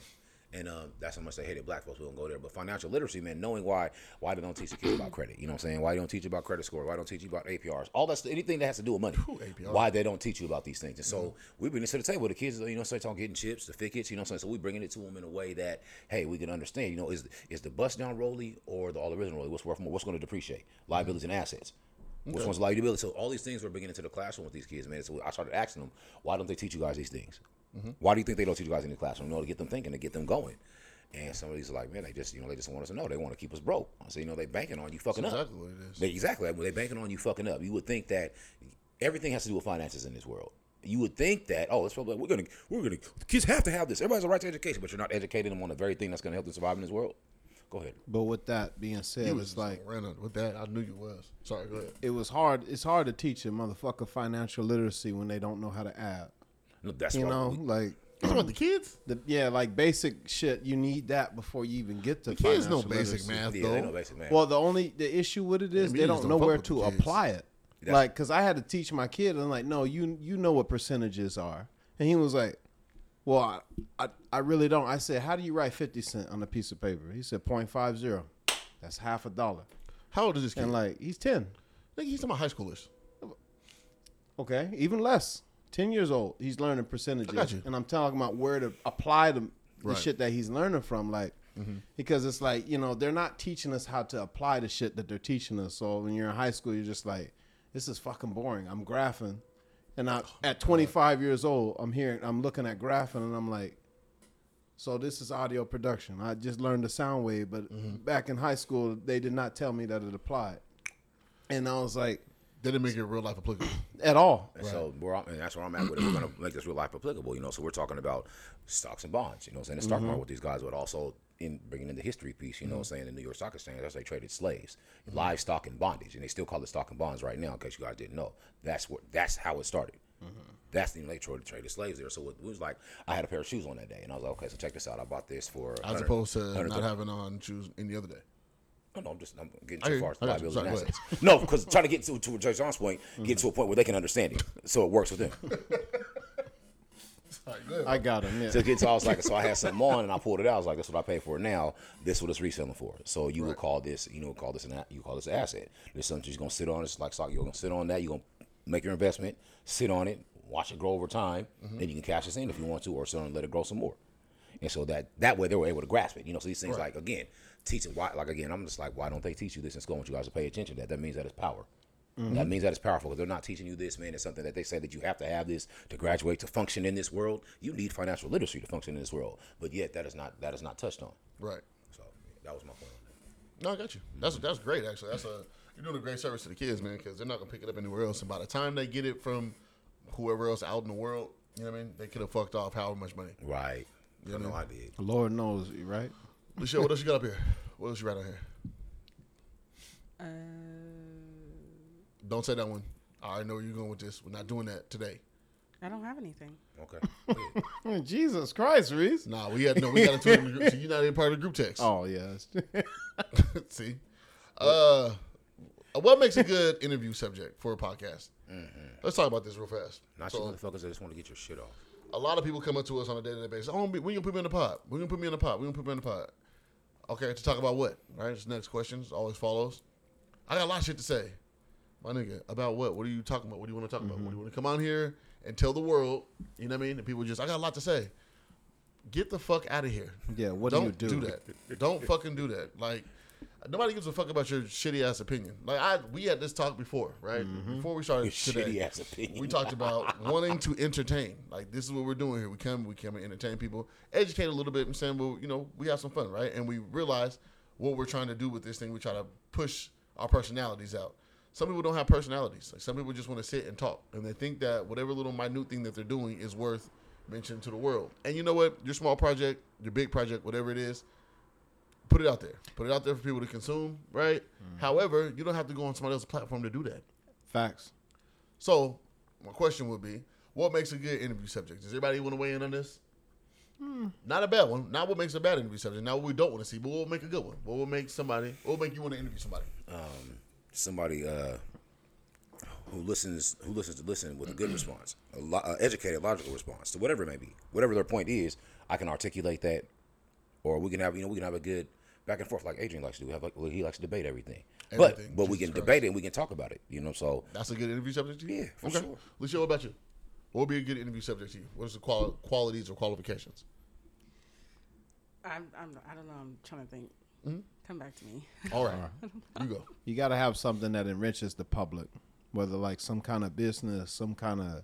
And um, that's how much they hated black folks. We don't go there. But financial literacy, man, knowing why why they don't teach the kids about credit. You know what I'm saying? Why they don't teach you about credit score? Why they don't teach you about APRs? All that's anything that has to do with money.
APR.
Why they don't teach you about these things? And so we bring this to the table. The kids, you know, what I'm saying, on getting chips, the tickets. You know, what I'm saying, so we bringing it to them in a way that hey, we can understand. You know, is is the bust down rolly or the all original rolly? What's worth more? What's going to depreciate? Liabilities and assets. Which one's liability? So all these things were beginning to the classroom with these kids, man. So I started asking them, why don't they teach you guys these things? Why do you think they don't teach you guys in the classroom? You know, to get them thinking, to get them going. And some of these are like, man, they just, you know, they just want us to know. They want to keep us broke. So, you know, they banking on you fucking
That's
up.
exactly what it is.
They, exactly. When they banking on you fucking up, you would think that everything has to do with finances in this world. You would think that oh, it's probably we're gonna we're gonna kids have to have this. Everybody's a right to education, but you're not educating them on the very thing that's gonna help them survive in this world. Go ahead.
But with that being said,
You
it's like
ran out with that. I knew you was. Sorry, go ahead.
it was hard. It's hard to teach a motherfucker financial literacy when they don't know how to add.
No, that's
You
why
know,
we-
like
Talking about the kids?
the yeah, like basic shit. You need that before you even get to
The kids know
financial
basic
literacy.
math,
yeah,
though.
they know basic math.
Well, the only the issue with it is
we
they
just
don't
don't
know
fuck
where
with the
to
kids.
apply it. like, cause I had to teach my kid, and like, no, you you know what percentages are, and he was like, well, I, I I really don't. I said, how do you write fifty cent on a piece of paper? He said 0.50. That's half a dollar,
How old is this kid?
and like he's ten.
Nigga, he's talking about high schoolers.
Okay, even less. Ten years old, he's learning percentages,
I got you.
and I'm talking about where to apply the, the
Right. Mm-hmm.
shit that he's learning from, like because it's like you know they're not teaching us how to apply the shit that they're teaching us. So when you're in high school, you're just like, this is fucking boring. I'm graphing, and
Oh,
I at 25 years old, I'm hearing, I'm looking at graphing, and I'm like, so this is audio production. I just learned the sound wave, but
Mm-hmm.
back in high school, they did not tell me that it applied, and I was like,
They didn't make it real life applicable.
at all.
And So we're all, and that's where I'm at with it. We're gonna make this real life applicable, you know. So we're talking about stocks and bonds, you know, what I'm saying the
Mm-hmm.
stock market with these guys, but also in bringing in the history piece, you know, what I'm saying the New York Stock Exchange, that's how they traded slaves,
Mm-hmm.
livestock and bondage, and they still call it stock and bonds right now, in case you guys didn't know. That's what that's how it started.
Mm-hmm.
That's the you know, they traded, traded slaves there. So it was like I had a pair of shoes on that day, and I was like, okay, so check this out. I bought this for
As
100
opposed to
130
not having on shoes any other day.
no, no, I'm just I'm getting
I hear
too far
you.
as
I got you.
liability and
Sorry, go Mm-hmm.
assets. No, because trying to get to to Judge John's point, get to a point where they can understand it, so it works with them.
I got him. Yeah.
So it gets, I was like, so I had some on and I pulled it out. I was like, that's what I paid for it now. This is what it's reselling for. So you would call this, you know, call this an a- you call this an asset. There's something you're gonna sit on. It's like stock. You're gonna sit on that. You're gonna make your investment, sit on it, watch it grow over time. Then you can cash this in if you want to, or sit on it, and let it grow some more. And so that that way they were able to grasp it. You know, so these things like again, teaching why like again, I'm just like, why don't they teach you this in school? I want you guys to pay attention to that. That means that it's power. That means that it's powerful. If they're not teaching you this, man, it's something that they say that you have to have this to graduate to function in this world. You need financial literacy to function in this world, but yet that is not that is not touched on.
Right.
So yeah, that was my point. on that.
No, I got you. That's that's great. Actually, that's a you're doing a great service to the kids, man, because they're not gonna pick it up anywhere else. And by the time they get it from whoever else out in the world, you know what I mean? They could have fucked off however much money.
Right.
Yeah,
I know
man.
I did.
Lord knows, right?
Lucia, what else you got up here? What else you right on here?
Uh,
Don't say that one. I already know where you're going with this. We're not doing that today.
I don't have anything.
Okay. Yeah.
Jesus Christ, Reese.
Nah, we had no. We got into it. In the group, so you're not even part of the group text.
Oh yes.
See, uh, what makes a good interview subject for a podcast? Let's talk about this real fast.
not you
so,
motherfuckers that just want to get your shit off.
a lot of people come up to us on a day-to-day basis. Oh, we gonna put me in the pod. We gonna put me in the pod. We gonna put me in the pod. Okay, to talk about what? Right. This next question is always follows. I got a lot of shit to say, my nigga. About what? What are you talking about? What do you want to talk about? What
Mm-hmm.
do you want to come on here and tell the world? You know what I mean? And people just, I got a lot to say. Get the fuck out of here.
Yeah, what do you
don't
do?
that. Don't fucking do that. Like nobody gives a fuck about your shitty ass opinion. Like I, we had this talk before, right?
Mm-hmm.
Before we started today,
Shitty ass opinion.
we talked about wanting to entertain. Like this is what we're doing here. We come, we come and entertain people, educate a little bit, and saying, well, you know, we have some fun, right? And we realize what we're trying to do with this thing. We try to push our personalities out. Some people don't have personalities. Like some people just want to sit and talk, and they think that whatever little minute thing that they're doing is worth mentioning to the world. And you know what? Your small project, your big project, whatever it is, put it out there. Put it out there for people to consume, right? However, you don't have to go on somebody else's platform to do that.
Facts.
So, my question would be, what makes a good interview subject? Does everybody want to weigh in on this? Not a bad one. Not what makes a bad interview subject. Not what we don't want to see, but what will make a good one? What will make somebody? What will make you want to interview somebody?
somebody uh, who listens who listens to listen with a good response, a lo- uh, educated, logical response to whatever it may be, whatever their point is. I can articulate that, or we can have you know we can have a good back and forth like Adrian likes to do. We have like well, he likes to debate everything,
Everything,
but but we
Jesus
can debate it and we can talk about it. You know, so
That's a good interview subject to you.
Yeah, for sure.
Lucia, what about you? What would be a good interview subject to you? What's the quali- qualities or qualifications?
I'm, I'm, I don't know. I'm trying to think.
Mm-hmm.
Come back to me.
All right, you go.
You got to have something that enriches the public, whether like some kind of business, some kind of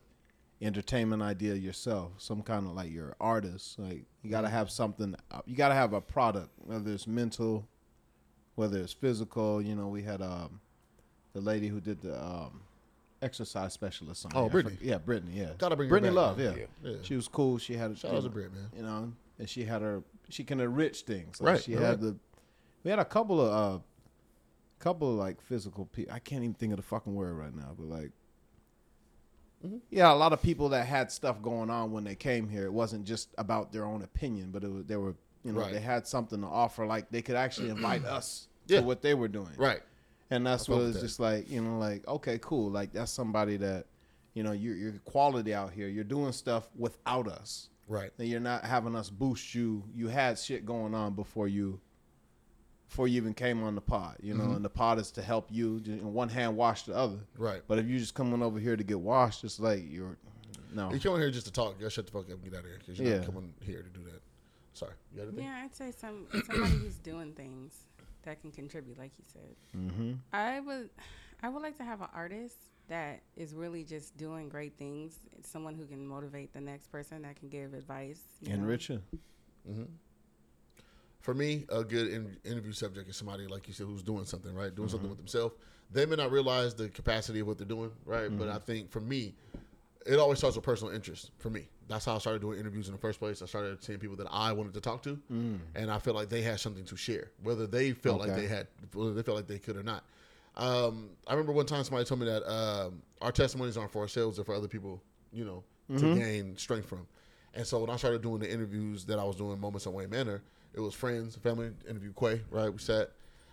entertainment idea yourself, some kind of like your artist. Like you got to have something. uh, You got to have a product, whether it's mental, whether it's physical. You know, we had um the lady who did the um exercise specialist on.
Oh,
here. I
Brittany.
for- Yeah, Brittany. Yeah,
Gotta bring her
Brittany
back,
Love. Yeah.
man. Yeah. Yeah.
she was cool. She had
Shout out to Britt, man.
You know, and she had her. She can enrich things.
Right,
right. She
right.
had the. We had a couple of. uh couple of like physical people. I can't even think of the fucking word right now, but like,
Mm-hmm.
yeah, a lot of people that had stuff going on when they came here. It wasn't just about their own opinion, but it was, they were, you know,
Right.
they had something to offer. Like they could actually invite us
Yeah.
to what they were doing,
Right.
And that's
fuck
what
with
it's
that.
just like, you know, like okay, cool, like that's somebody that, you know, you're, you're quality out here. You're doing stuff without us.
Right.
And you're not having us boost you. You had shit going on before you before you even came on the pod, you
Mm-hmm.
know, and the pod is to help you ju- in one hand wash the other.
Right.
But if you're just coming over here to get washed, it's like you're no.
You came on here just to talk. You gotta shut the fuck up and get out of here because you're
Yeah.
not coming here to do that. Sorry. You got anything?
Yeah, I'd say some somebody who's doing things that can contribute, like you said. Mm-hmm. I would, I would like to have an artist that is really just doing great things. It's someone who can motivate the next person, that can give advice. you know.
Enriching.
for me, a good in- interview subject is somebody like you said who's doing something, right? Doing something with themselves. They may not realize the capacity of what they're doing, right? But I think for me, it always starts with personal interest. For me, that's how I started doing interviews in the first place. I started seeing people that I wanted to talk to, and I felt like they had something to share, whether they felt like
Okay.
they had, whether they felt like they could or not. Um, I remember one time somebody told me that um, our testimonies aren't for ourselves; they're for other people, you know, to gain strength from. And so when I started doing the interviews that I was doing, moments on Wayne Manor, it was friends, family interview. Quay, right? We sat,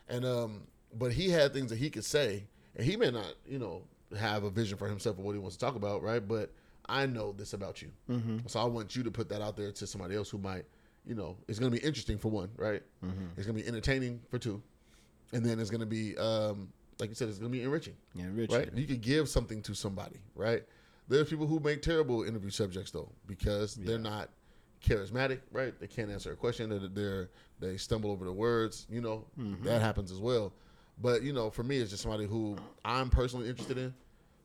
and um, but he had things that he could say, and he may not, you know, have a vision for himself of what he wants to talk about, right? But I know this about you, so I want you to put that out there to somebody else who might, you know, it's going to be interesting for one, right? It's going to be entertaining for two, and then it's going to be, um, like you said, it's going to be enriching,
Enriching.
right? You could give something to somebody, right? There's people who make terrible interview subjects though because they're not charismatic, right? They can't answer a question. They're, they're they stumble over the words, you know. That happens as well. But you know, for me, it's just somebody who I'm personally interested in,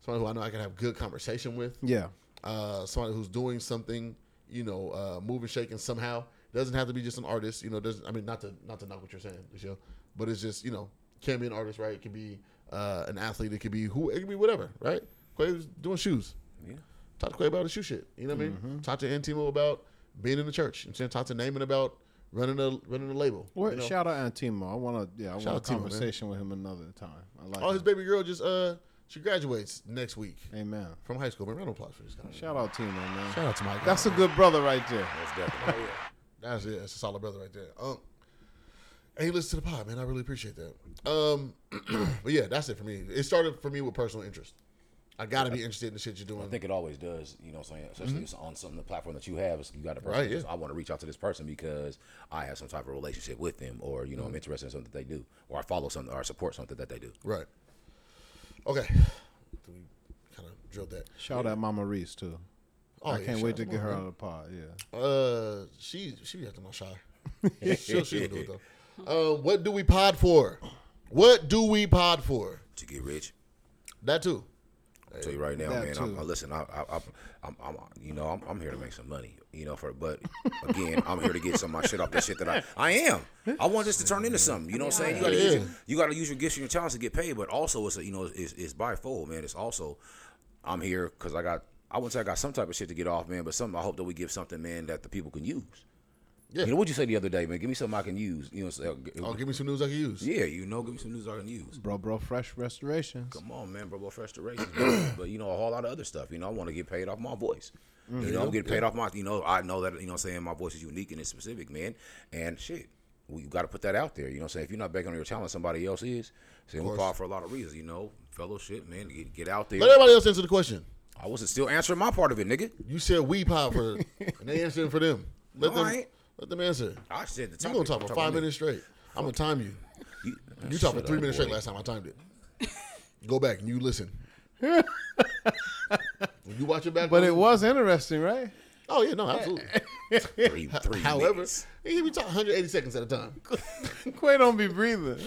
somebody who I know I can have good conversation with.
Yeah.
Uh, somebody who's doing something, you know, uh, moving, shaking somehow. Doesn't have to be just an artist, you know. Doesn't I mean not to not to knock what you're saying, Michelle, but it's just you know can be an artist, right? It can be uh, an athlete. It could be who. It could be whatever, right? Quay was doing shoes.
Yeah.
Talk to Quay about his shoe shit. You know what I mean? Talk to Antimo about being in the church. You know what I'm saying talk to Naaman about running a running a label.
Well,
you know?
shout out Antimo. I want to. Yeah, I
Shout
want a
out Timo, man.
conversation with him another time. I like.
Oh, his
him.
baby girl just uh she graduates next week
Amen.
from high school. Man, round of applause for this guy.
Shout out Timo, man.
Shout out to my guy.
That's a good brother right there.
That's definitely.
Oh, That's it. That's a solid brother right there. Um, and he listens to the pod, man. I really appreciate that. Um, but yeah, that's it for me. It started for me with personal interest. I gotta be interested in the shit you're doing.
I think it always does, you know what I'm saying? Especially it's on something, the platform that you have, it's- you got a person.
Mm-hmm. Right, yeah.
I want to reach out to this person because I have some type of relationship with them, or, you know,
Mm-hmm.
I'm interested in something that they do, or I follow something, or I support something that they do.
right. Okay. We kind of drilled that.
Shout out Mama Reese too.
Oh,
I
yeah,
can't
shout
wait
out
to
to
get her
Mama.
out of the pod. Yeah.
Uh, she she be acting all shy. she'll she'll do it though. Uh, what do we pod for? What do we pod for?
To get rich.
That too.
I'll tell you right now,
That
man. I'm,
too.
I, listen, I, I, I, I'm, I'm, you know, I'm, I'm here to make some money, you know. For but again, I'm here to get some of my shit off that shit that I, I am. I want this to turn into something. You know what I'm saying? You gotta, use, your, you gotta use your gifts and your talents to get paid, but also it's, a, you know, it's, it's bifold, man. It's also, I'm here because I got, I wouldn't say I got some type of shit to get off, man, but something I hope that we give something, man, that the people can use.
Yeah.
You know what you say the other day, man? Give me something I can use. You know, what I'm saying?
Oh, give me some news I can use.
yeah, you know, give me some news I can use.
Bro, bro, fresh restorations.
Come on, man, bro, bro, fresh durations, bro. but you know a whole lot of other stuff. You know, I want to get paid off my voice.
Mm-hmm.
You know, I'm getting paid off my. You know, I know that. You know, what I'm saying my voice is unique and it's specific, man. And shit, we got to put that out there. You know, what I'm saying if you're not banking on your talent, somebody else is. So we're called for a lot of reasons. You know, fellowship, man. Get, get out there.
Let everybody else answer the question.
I wasn't still answering my part of it, nigga.
You said we pod for, and they answering for them. Let
No,
them
I ain't.
let them answer.
I said the
You
topic.
gonna talk for
I'm talking
five
about
minutes straight? I'm gonna time you.
You,
You talked for
Shut
three
up,
minutes straight
boy.
last time I timed it. Go back and you listen. when you watch it back,
But it was interesting, right?
Oh yeah, no, absolutely.
Three, three
However,
minutes.
he be talking 180 seconds at a time.
Quay don't be breathing.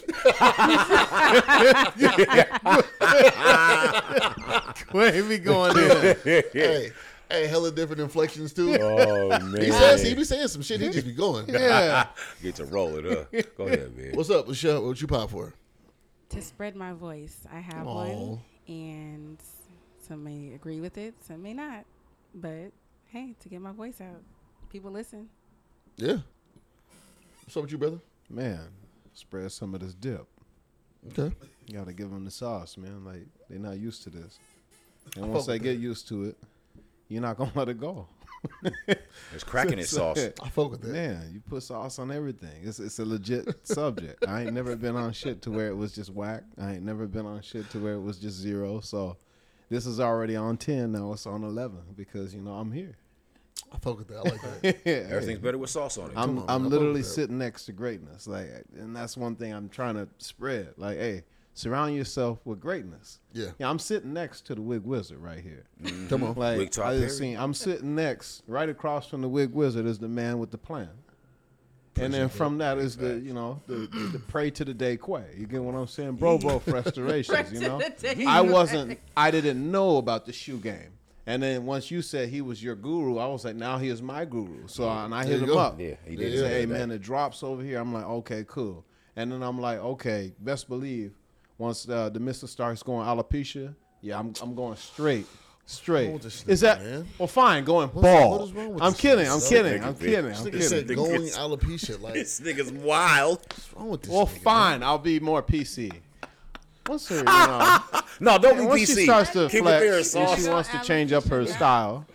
Quay be going in.
hey, hey, hella different inflections too. Oh man, he says he be saying some shit. He just be going.
Yeah.
get to roll it up. Go ahead, man.
What's up, Michelle? What you pop for?
to spread my voice. I have
Aw.
one, and some may agree with it, some may not. But hey, to get my voice out, people listen.
Yeah. What's up with you, brother?
Man, spread some of this dip.
Okay.
You gotta give them the sauce, man. Like they're not used to this, and
fuck
once they
with
get used to it, you're not gonna let it go.
It's cracking it sauce.
I fuck with that.
Man, you put sauce on everything. It's it's a legit subject. I ain't never been on shit to where it was just whack. I ain't never been on shit to where it was just zero. So this is already on ten. Now it's on eleven because you know I'm here.
I fuck with that. I like that.
Everything's better with sauce on it.
I'm
on, man. I
I'm
fuck
literally
with that.
sitting next to greatness. Like, and that's one thing I'm trying to spread. Like, hey, surround yourself with greatness.
Yeah.
Yeah, I'm sitting next to the Wig Wizard right here.
Come on.
Like
Wig Top
I
Perry?
just seen, I'm sitting next, right across from the Wig Wizard is the man with the plan, and then from that is the you know the, the, the pray to the day quay. You get what I'm saying, bro? Bro, restorations. You know,
Pray to the day
I
Quay.
wasn't, I didn't know about the shoe game, and then once you said he was your guru, I was like, now he is my guru. So and I hit
you
him
go.
up.
Yeah, he
he
did
did
say
say, hey
that.
man, it drops over here. I'm like, okay, cool. And then I'm like, okay, best believe once uh, the mister starts going alopecia, yeah, I'm I'm going straight. Straight.
with this
is
nigga,
that
man?
well fine, going
is-
bald.
what is wrong with
I'm
this
kidding,
nigga?
I'm
Son
kidding,
nigga,
I'm
bitch.
kidding,
This
I'm
nigga said
kidding.
going alopecia. Like, what's
This nigga's wild.
wrong with this?
Well
nigga,
fine, I'll be more PC. Once her, you know,
No, don't be
once
PC.
she starts to
Keep
flex
it there,
and
sauce. Oh,
she wants to change up her style,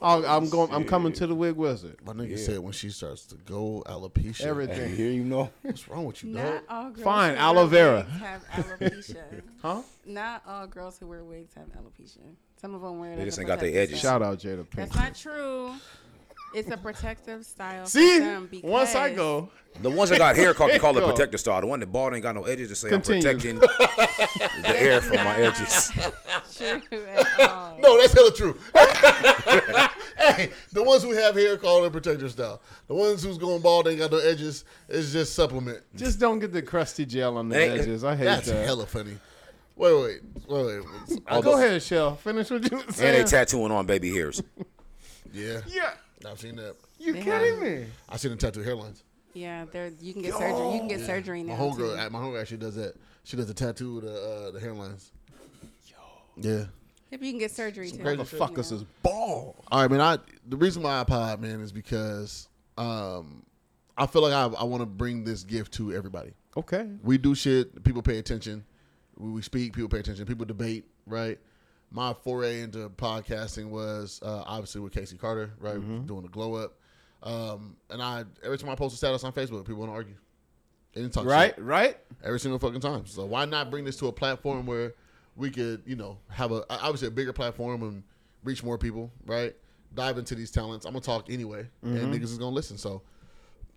I'll, I'm going. I'm coming to the wig wizard.
Man? My nigga said when she starts to go alopecia.
Everything.
you know.
What's wrong with you, dog?
Not all girls.
Fine,
who
aloe
wear
vera.
wigs Have alopecia.
Huh?
Not all girls who wear wigs have alopecia. Some of them wear it.
They
as
just
a
ain't got their
protective
edges.
style.
Shout out Jada
That's
Pinkett.
not true. It's a protective style. for
See,
them because
once I go,
The ones that got hair called they call it
Go.
protector style. The one that bald ain't got no edges to say
Continue.
I'm protecting the air from my edges.
True at all.
No, that's hella true. hey, the ones who have hair call it protector style. The ones who's going bald ain't got no edges. It's just supplement.
Just don't get the crusty gel on the
Hey,
edges. I hate
That's
that.
hella funny. Wait, wait, wait, wait.
Uh, Go ahead, Shell. Finish what you were
And they
saying.
tattooing on baby hairs.
Yeah,
yeah,
I've seen that.
you
They
kidding me?
I've seen them tattoo hairlines.
Yeah, there you can get surgery. You can get surgery
My
now.
homegirl,
too.
at my homegirl actually does that. She does the tattoo of the uh, the hairlines. Yeah.
If you can get surgery too.
crazy shit.
Yeah.
Fuckers is ball.
All right, man. I the reason why I pod, man, is because um, I feel like I I want to bring this gift to everybody.
Okay.
We do shit. People pay attention. We, we speak. People pay attention. People debate. Right. My foray into podcasting was uh, obviously with Casey Carter. Right.
Mm-hmm.
Doing the glow up. Um, and I every time I post a status on Facebook, people want to argue. They
Oh,
didn't talk shit
Right, right.
every single fucking time. So why not bring this to a platform where we could, you know, have a obviously a bigger platform and reach more people, right? Dive into these talents. I'm gonna talk anyway, and niggas is gonna listen. So,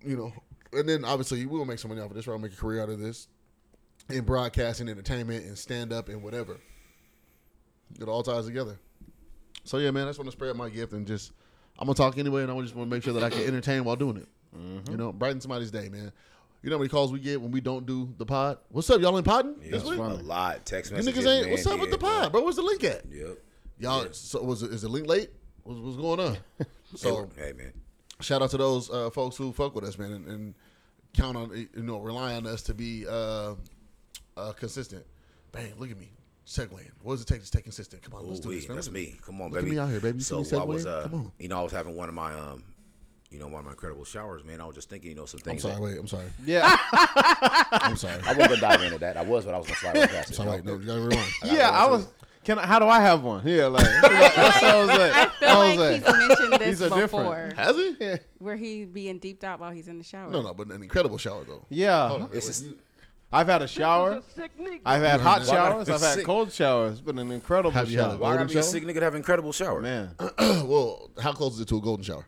you know, and then obviously we will make some money off of this. Right, I'll make a career out of this in broadcasting, entertainment, and stand up and whatever. It all ties together. So yeah, man, I just want to spread my gift and just I'm gonna talk anyway, and I just want to make sure that I can entertain while doing it.
Mm-hmm.
You know, brighten somebody's day, man. You know how many calls we get when we don't do the pod? What's up, y'all ain't podding this week?
a lot. Text
You
messages.
niggas ain't.
man,
What's up with
yeah,
the pod, bro? Where's the link at?
Yep.
Y'all, so was it, is the link late? What's, what's going on? So
hey man,
shout out to those uh, folks who fuck with us, man, and, and count on you know rely on us to be uh, uh, consistent. Bang! Look at me segueing. What does it take to stay consistent? Come on, let's
Ooh,
do
wee,
this. Man.
that's
Look at
me. Come on,
Look at
baby.
me out here, baby. You
So
see me
I was,
segue?
uh,
Come on.
you know, I was having one of my, um, you know, one of my incredible showers, man. I was just thinking, you know, some
I'm
things.
sorry.
that-
Wait. I'm sorry.
Yeah.
I'm sorry.
I wasn't gonna dive into that. I was, but I was gonna slide right past it.
So wait, no, you gotta rewind.
Yeah, I was. Can I, how do I have one? Yeah, like that's how I was like.
I feel
I was
like
like,
he's mentioned this
These are different.
before,
Has he?
yeah,
where he being deeped out while he's in the shower.
No, no, but an incredible shower though. Oh,
yeah.
It's just,
I've had a shower.
This is a sick Negro.
I've had hot
Why not?
showers. I've had
Sick.
cold showers. But an incredible
Have you had a
shower,
why
golden
not be a
shower?
sick nigga to have incredible shower?
man.
well, how close is it to a golden shower?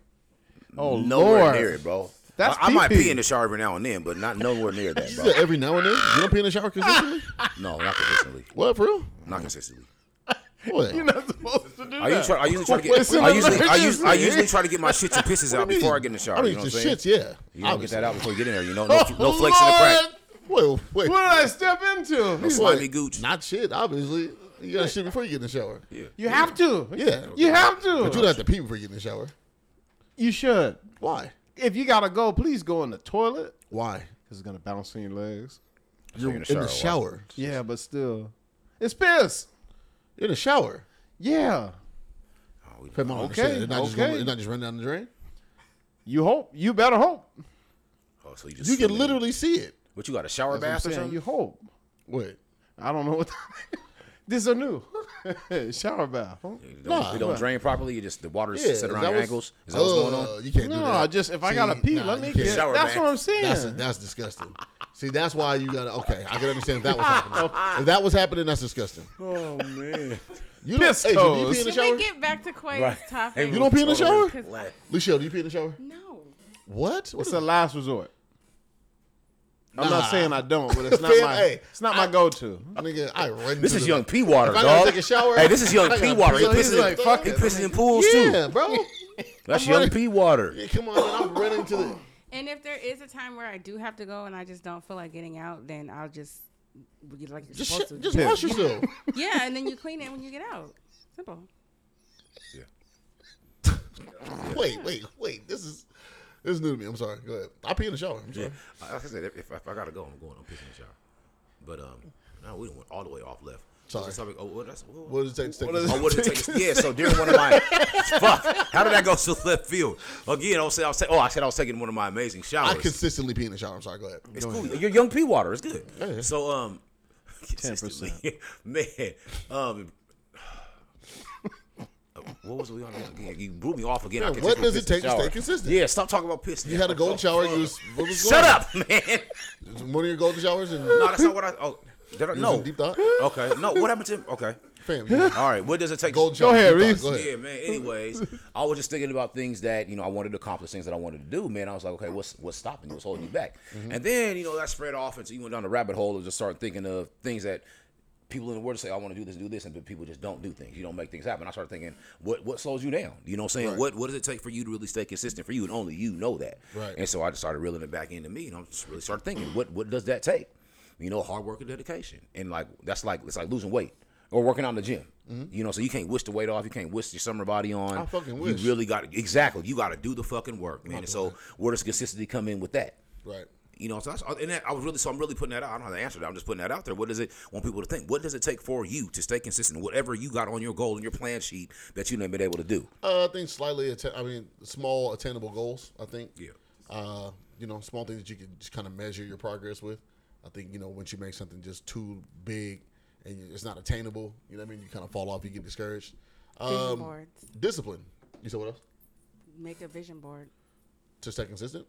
Oh
nowhere
lord,
near it, bro.
That's
I, I might
pee-pee.
pee in the shower every now and then, but not nowhere near that,
You
bro.
said every now and then. You don't pee in the shower consistently.
No, not consistently.
what for real?
Not consistently.
What?
You're not supposed to do
I usually,
that.
try, I usually try to
It's
get.
an
I usually, I
emergency.
usually, I usually try to get my shits and pisses out
I mean,
before I get in the shower.
I mean,
you know what
the
I'm saying?
shits, yeah.
You don't get that out before you get in there. You know, no,
Obviously.
no flakes in the crack.
Wait, Oh, wait.
What did I step into?
No slimy gooch.
Not shit, obviously. You got to shit before you get in the shower.
You have to.
Yeah.
You have to.
But you don't have to pee before you get in the shower.
You should.
Why?
If you gotta go, please go in the toilet.
Why?
Cause it's gonna bounce on your legs.
You're in
in the
the
shower, why?
shower.
Yeah, but still, it's piss.
You're in the shower.
Yeah.
Oh, we-
Put my
Okay,
It's not just
okay.
gonna- it's not just running down the drain.
You hope. You better hope.
oh, so you just
You can
swimming.
literally see it.
What you got a shower
I'm
bath or
saying,
something?
You hope.
Wait.
I don't know what. These are new. Shower bath. Huh?
It don't, it don't drain properly. You just the water
Yeah.
sits set around
that
your
was-
ankles. Is that what's going
Uh,
on?
You can't do
No,
that.
I just if I gotta
See,
pee,
nah,
let
you
me
can't.
get.
Shower
that's
bath.
what I'm saying.
That's that's disgusting. See, that's why you gotta. Okay, I can understand if that was happening. if that was happening, that's disgusting.
Oh man,
You don't, hey, do you pee in
Pistos.
the
Can
shower?
we get back to Quay's
right.
topic?
You don't pee in the shower?
Black.
Lucille, do you pee in the shower?
No.
What? What
it's
is-
a last resort. I'm
Nah.
not saying I don't, but it's not
Fam,
my.
hey,
it's not my go-to.
nigga, I run.
This
to
is
the-
young pee water,
If I gotta
dog.
take a shower,
Hey, this is young
I gotta
pee water. He
pee. So he's
pisses,
like,
in,
fuck
he
it.
pisses in pools
Yeah,
too.
bro.
That's
I'm
young
running-
pee water.
Yeah, come on, man. I'm running to the.
And if there is a time where I do have to go and I just don't feel like getting out, then I'll just you like you're
Just,
supposed
shit-
to.
just wash yourself.
yeah, and then you clean it when you get out. Simple.
Wait, wait, wait. This is this is new to me. I'm sorry. Go ahead. I pee in the shower. I'm sorry.
Yeah. Like I said, if, if I gotta go, I'm going. I'm pissing in the shower. But um, no, we done went all the way off left.
Sorry.
What's the topic? Oh, what, that's, what,
What does it take to take
What
this?
Oh, what did it take? Yeah, so during one of my fuck, how did that go so left field? Again, I was saying, I was saying, oh, I said I was taking one of my amazing showers.
I consistently pee in the shower. I'm sorry. Go ahead.
It's cool. Your young pea water is good. So um,
10%.
consistently, man. Um, uh, what was we on again? You blew me off again. I
Man,
can't
what
take
does
a
it take to
piss in the
stay
shower.
consistent?
Yeah, stop talking about piss.
You had a golden shower. You was, what was
Shut
going
up, man.
on? One of your golden showers and
No, that's not what I. Oh, did I,
you was
no.
in deep thought.
Okay, no. What happened to? Okay.
Fam, you
All right. What does it take?
golden
to-
shower.
ahead,
deep thought. Go
Reese.
ahead.
Yeah, man. Anyways, I was just thinking about things that you know I wanted to accomplish, things that I wanted to do, man. I was like, okay, what's what's stopping you? What's holding you back? And then you know that spread off, and so you went down the rabbit hole and just started thinking of things that people in the world say, I want to do this, do this, and but people just don't do things. You don't make things happen. I started thinking, what what slows you down? You know what I'm saying? What what does it take for you to really stay consistent for you? And only you know that.
Right.
And so I just started reeling it back into me, and I just really started thinking, what what does that take? You know, hard work and dedication, and like that's like it's like losing weight or working out in the gym. You know, so you can't wish the weight off. You can't wish your summer body on.
I fucking
You
wish.
really got exactly. You got to do the fucking work, man. And so where does consistency come in with that?
Right.
You know, so that's, and that, I was really, so I'm really putting that out. I don't have to answer that. I'm just putting that out there. What does it want people to think? What does it take for you to stay consistent? in Whatever you got on your goal and your plan sheet that you have been able to do.
Uh, I think slightly. Atta- I mean, small attainable goals. I think.
Yeah.
Uh, you know, small things that you can just kind of measure your progress with. I think you know once you make something just too big and you- it's not attainable, you know what I mean. You kind of fall off. You get discouraged.
Vision
Um,
boards.
discipline. You said what else?
Make a vision board.
To stay consistent.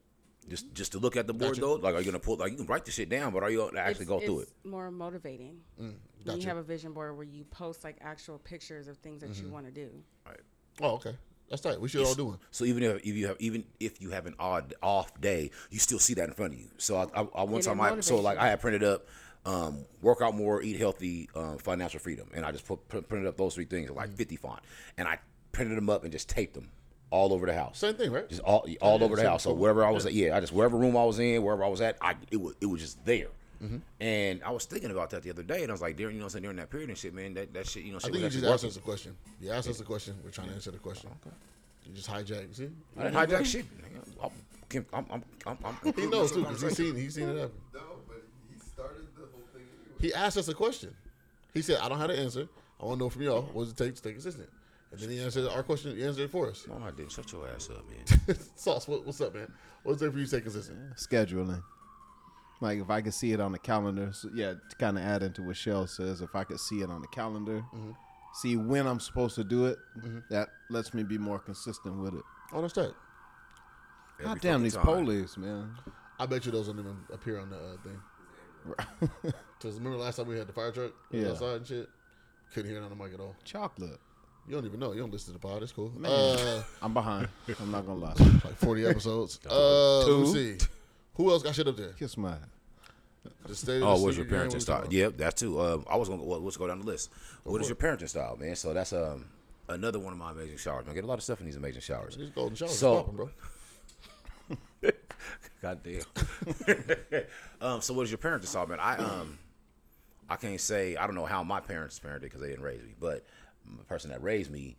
Just, just to look at the board
Gotcha.
though. Like, are you gonna pull? Like, you can write the shit down, but are you gonna actually
It's-
go through it? Mm,
it's More motivating. When
gotcha.
you have a vision board where you post like actual pictures of things that
Mm-hmm.
you want to do.
Oh, okay. That's tight. We should all do one.
So even if, if you have even if you have an odd off day, you still see that in front of you. So I, I, I one
Yeah,
time
that
I so like
motivates
I had printed up, um, work out more, eat healthy, um, financial freedom, and I just put, pr- printed up those three things like
Mm.
fifty font, and I printed them up and just taped them all over the house.
Same thing, right?
Just all all
yeah,
over the
same
house. So
cool.
wherever I was at, yeah, I just wherever room I was in, wherever I was at, I it was it was just there.
Mm-hmm.
And I was thinking about that the other day, and I was like, during you know, what I'm saying during that period and shit, man, that, that shit, you know,
I
shit
think you
was
just
actually
asked
working.
us a question. You asked us a question. We're trying to answer the question. You just hijack. See,
I didn't hijack shit. I'm, I'm, I'm, I'm, I'm
he knows too because he's seen. He's seen it happen.
No, but he started the whole thing anyway.
He asked us a question. He said, "I don't have the answer. I want to know from y'all what does it take to stay consistent." And then he answered our question. He answered it for us.
No, I didn't. Shut your ass up, man.
Sauce, what, what's up, man? What's there for you to stay consistent?
scheduling. Like if I could see it on the calendar, so yeah, to kind of add into what Shell says, if I could see it on the calendar,
Mm-hmm.
see when I'm supposed to do it, that lets me be more consistent with it.
Oh, that's tight.
Every
God damn
fucking
these
time.
police, man!
I bet you those don't even appear on the uh, thing. Because remember last time we had the fire truck we was
Yeah.
outside and shit? Couldn't hear it on the mic at all.
Chocolate.
You don't even know. You don't listen to the pod. It's cool. Uh,
I'm behind. I'm not gonna lie.
like 40 episodes. Uh, let me see. Who else got shit up there?
Kiss my.
The state of
Oh,
the
what's your
secret game
parenting
was
style?
tomorrow.
Yep, that too. Um, I was gonna go. Well, let's go down the list. What is your parenting style, man? So that's um another one of my amazing showers. Man, I get a lot of stuff in these amazing showers.
These golden showers
So-
so, popping, bro.
God damn. um, so what is your parenting style, man? I um, I can't say I don't know how my parents parented because they didn't raise me, but the person that raised me,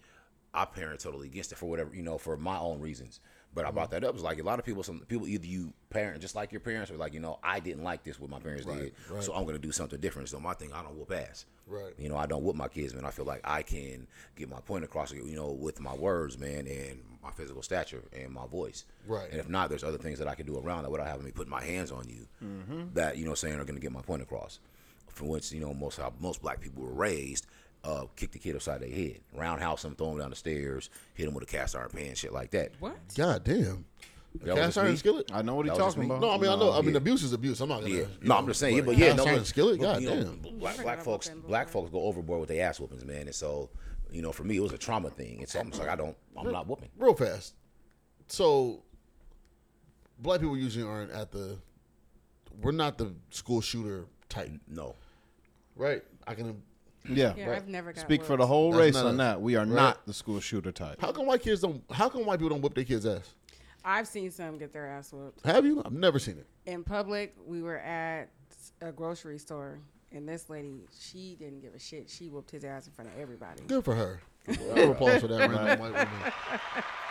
I parent totally against it for whatever you know for my own reasons. But I brought
Mm-hmm.
that up. It's like a lot of people, some people either you parent just like your parents, or like you know I didn't like this what my parents did, so I'm gonna do something different. So my thing, I don't whoop ass.
Right.
You know, I don't whoop my kids, man. I feel like I can get my point across, you know, with my words, man, and my physical stature and my voice.
Right.
And if not, there's other things that I can do around that without having me putting my hands on you that, you know, what I'm saying are going to get my point across. From which, you know, most how most black people were raised, uh, kick the kid upside their head, roundhouse them, throw them down the stairs, hit them with a cast iron pan, shit like that.
What?
God damn.
That was
Cast
just
iron
me.
skillet?
I know what
That
he's
was just
talking
me.
about.
No, I mean, I know. I mean,
yeah.
abuse is abuse. I'm not gonna.
Yeah.
you
No,
know,
I'm just saying. Yeah,
like,
but yeah, no.
cast iron
but-
skillet.
but,
God
you know,
damn.
Black,
Never
black
got
folks,
whooping before.
black folks go overboard with their ass whoopings, man. And so, you know, for me, it was a trauma thing. It's almost like I don't, I'm not whooping.
Real fast. So, black people usually aren't at the. We're not the school shooter type,
No.
right? I can.
Yeah,
Yeah,
Right.
I've never got
speak for
whooped.
the whole
That's
race
not a-
on that. We are
Right.
not the school shooter type.
How come white kids don't? How come white people don't whip their kids' ass?
I've seen some get their ass whooped.
Have you? I've never seen it.
in public, we were at a grocery store, and this lady, she didn't give a shit. She whooped his ass in front of everybody.
Good for her. Round of applause for that random white woman.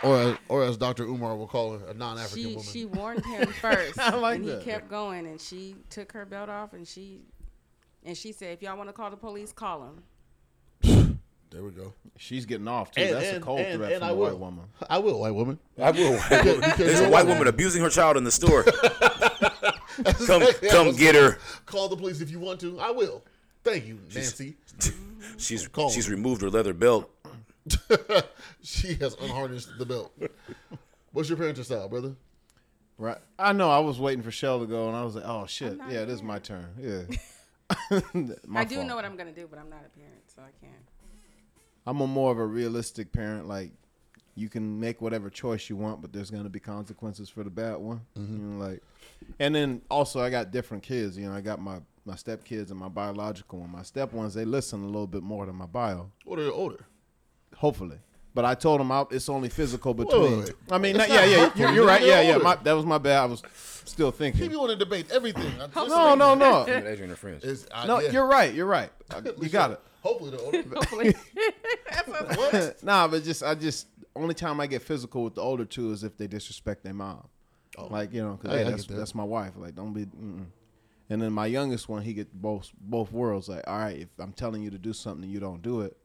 Or, as- or as Dr. Umar will call her, a non-African
She
woman.
she warned him first,
like
and he
that.
kept going, and she took her belt off, and she and she said, "If y'all want to call the police, call them."
there we go.
She's getting off too. That's a cold threat from a white woman.
I will, white woman.
I will. There's a white woman abusing her child in the store. come, come get her.
Call the police if you want to. I will. Thank you, Nancy.
She's
Call
she's
her.
removed her leather belt.
she has unharnessed the belt. What's your parenting style, brother?
Right. I know. I was waiting for Shell to go, and I was like, "Oh shit, yeah, this is my turn." Yeah. my
I do
fault.
know what I'm gonna do, but I'm not a parent, so I can't.
I'm a more of a realistic parent. Like, you can make whatever choice you want, but there's gonna be
Mm-hmm.
consequences for the bad one. You know, like, and then also I got different kids. You know, I got my my stepkids and my biological one. My step ones, they listen a little bit more than my bio,
What are you older?
hopefully. But I told them I, it's only physical between.
wait.
I mean,
It's
not- yeah,
not
yeah,
hopeful.
you're,
You
you're
know
right.
they're
Yeah, yeah.
older.
My, that was my bad. I was still
He be
thinking.
want to debate everything. I- this
No,
nigga
no, no,
That's your friends.
is- I-
no.
yeah.
You're right. You're right. You got it.
Hopefully they're older.
Hopefully.
nah, but just I just only time I get physical with the older two is if they disrespect their mom. Like you know, because
Oh. I- I
that's
get that.
that's my wife. Like don't be. Mm-mm. And then my youngest one, he get both both worlds. Like all right, if I'm telling you to do something and you don't do it,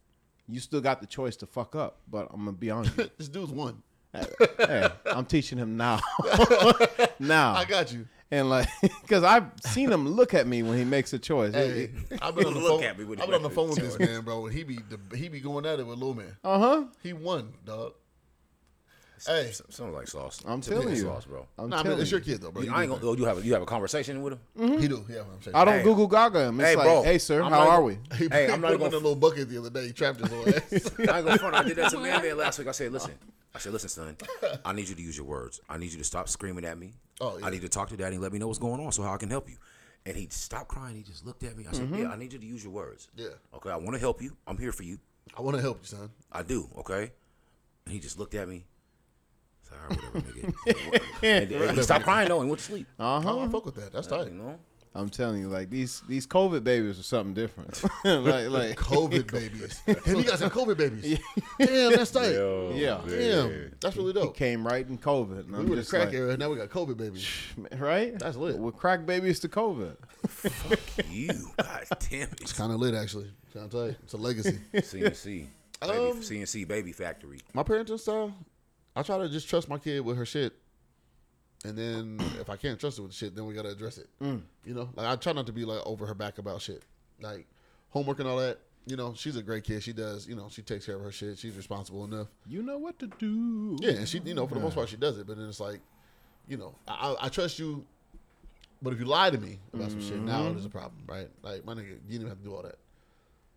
you still got the choice to fuck up. But I'm gonna be on you.
this dude's one.
hey, I'm teaching him now. now
I got you.
and like because I've seen him look at me when he makes a choice.
Hey, I've been on the
Look
phone.
at me with
I've been on the
that
phone with this man, bro. He be the, he be going at it with little man.
Uh huh.
He won, dog.
Hey,
Hey.
sounds like sauce.
I'm
Some
telling
like
you.
sauce, bro.
I'm
Nah, I mean,
telling
it's
you. Mm-hmm.
your kid though, bro.
You-
You
I ain't
do
gonna. Oh, you have a, you have a conversation with him.
that. He do. Yeah, I'm saying.
I don't
Damn.
Google Gaga him. It's
Hey,
like,
bro,
hey, sir,
I'm
how
not
are
gonna-
we?
He
Hey,
put
I'm not
him
gonna
in a little bucket the other day. He trapped his little ass.
I ain't gonna front. I did that to Man Man last week. I said, listen. I said, listen, son. I need you to use your words. I need you to stop screaming at me.
Oh, yeah.
I need to talk to Daddy and let me know what's going on so how I can help you. And he stopped crying. He just looked at me. I
Mm-hmm.
said, yeah, I need you to use your words.
Yeah.
Okay, I want to help you. I'm here for you.
I want to help you, son.
I do. Okay. And he just looked at me. I said, all right, whatever, nigga. and, and he stopped crying though and went to sleep.
Uh huh.
I don't fuck with that. That's tight.
You know.
I'm telling you, like these these COVID babies are something different. like like
COVID babies. Damn, you got some COVID babies. Damn, that's tight.
yeah,
Damn, that's really
he
dope.
came right in COVID. And
We
I'm
were the
just
crack
like,
era. Now we got COVID babies.
right?
That's lit.
With crack babies to COVID.
You, god damn it.
Kind of lit, actually. Sound tight. It's a legacy.
CNC. Baby,
Um,
CNC Baby Factory.
my parenting style, I try to just trust my kid with her shit, and then if I can't trust her with shit, then we gotta address it.
Mm.
You know, like I try not to be like over her back about shit, like homework and all that. You know, she's a great kid. She does. You know, she takes care of her shit. She's responsible enough.
You know what to do.
Yeah, and she, you know, for the most part, she does it. But then it's like, you know, I, I- I trust you, but if you lie to me about some shit, now there's a
Mm-hmm.
problem, right? Like, my nigga, you didn't even have to do all that.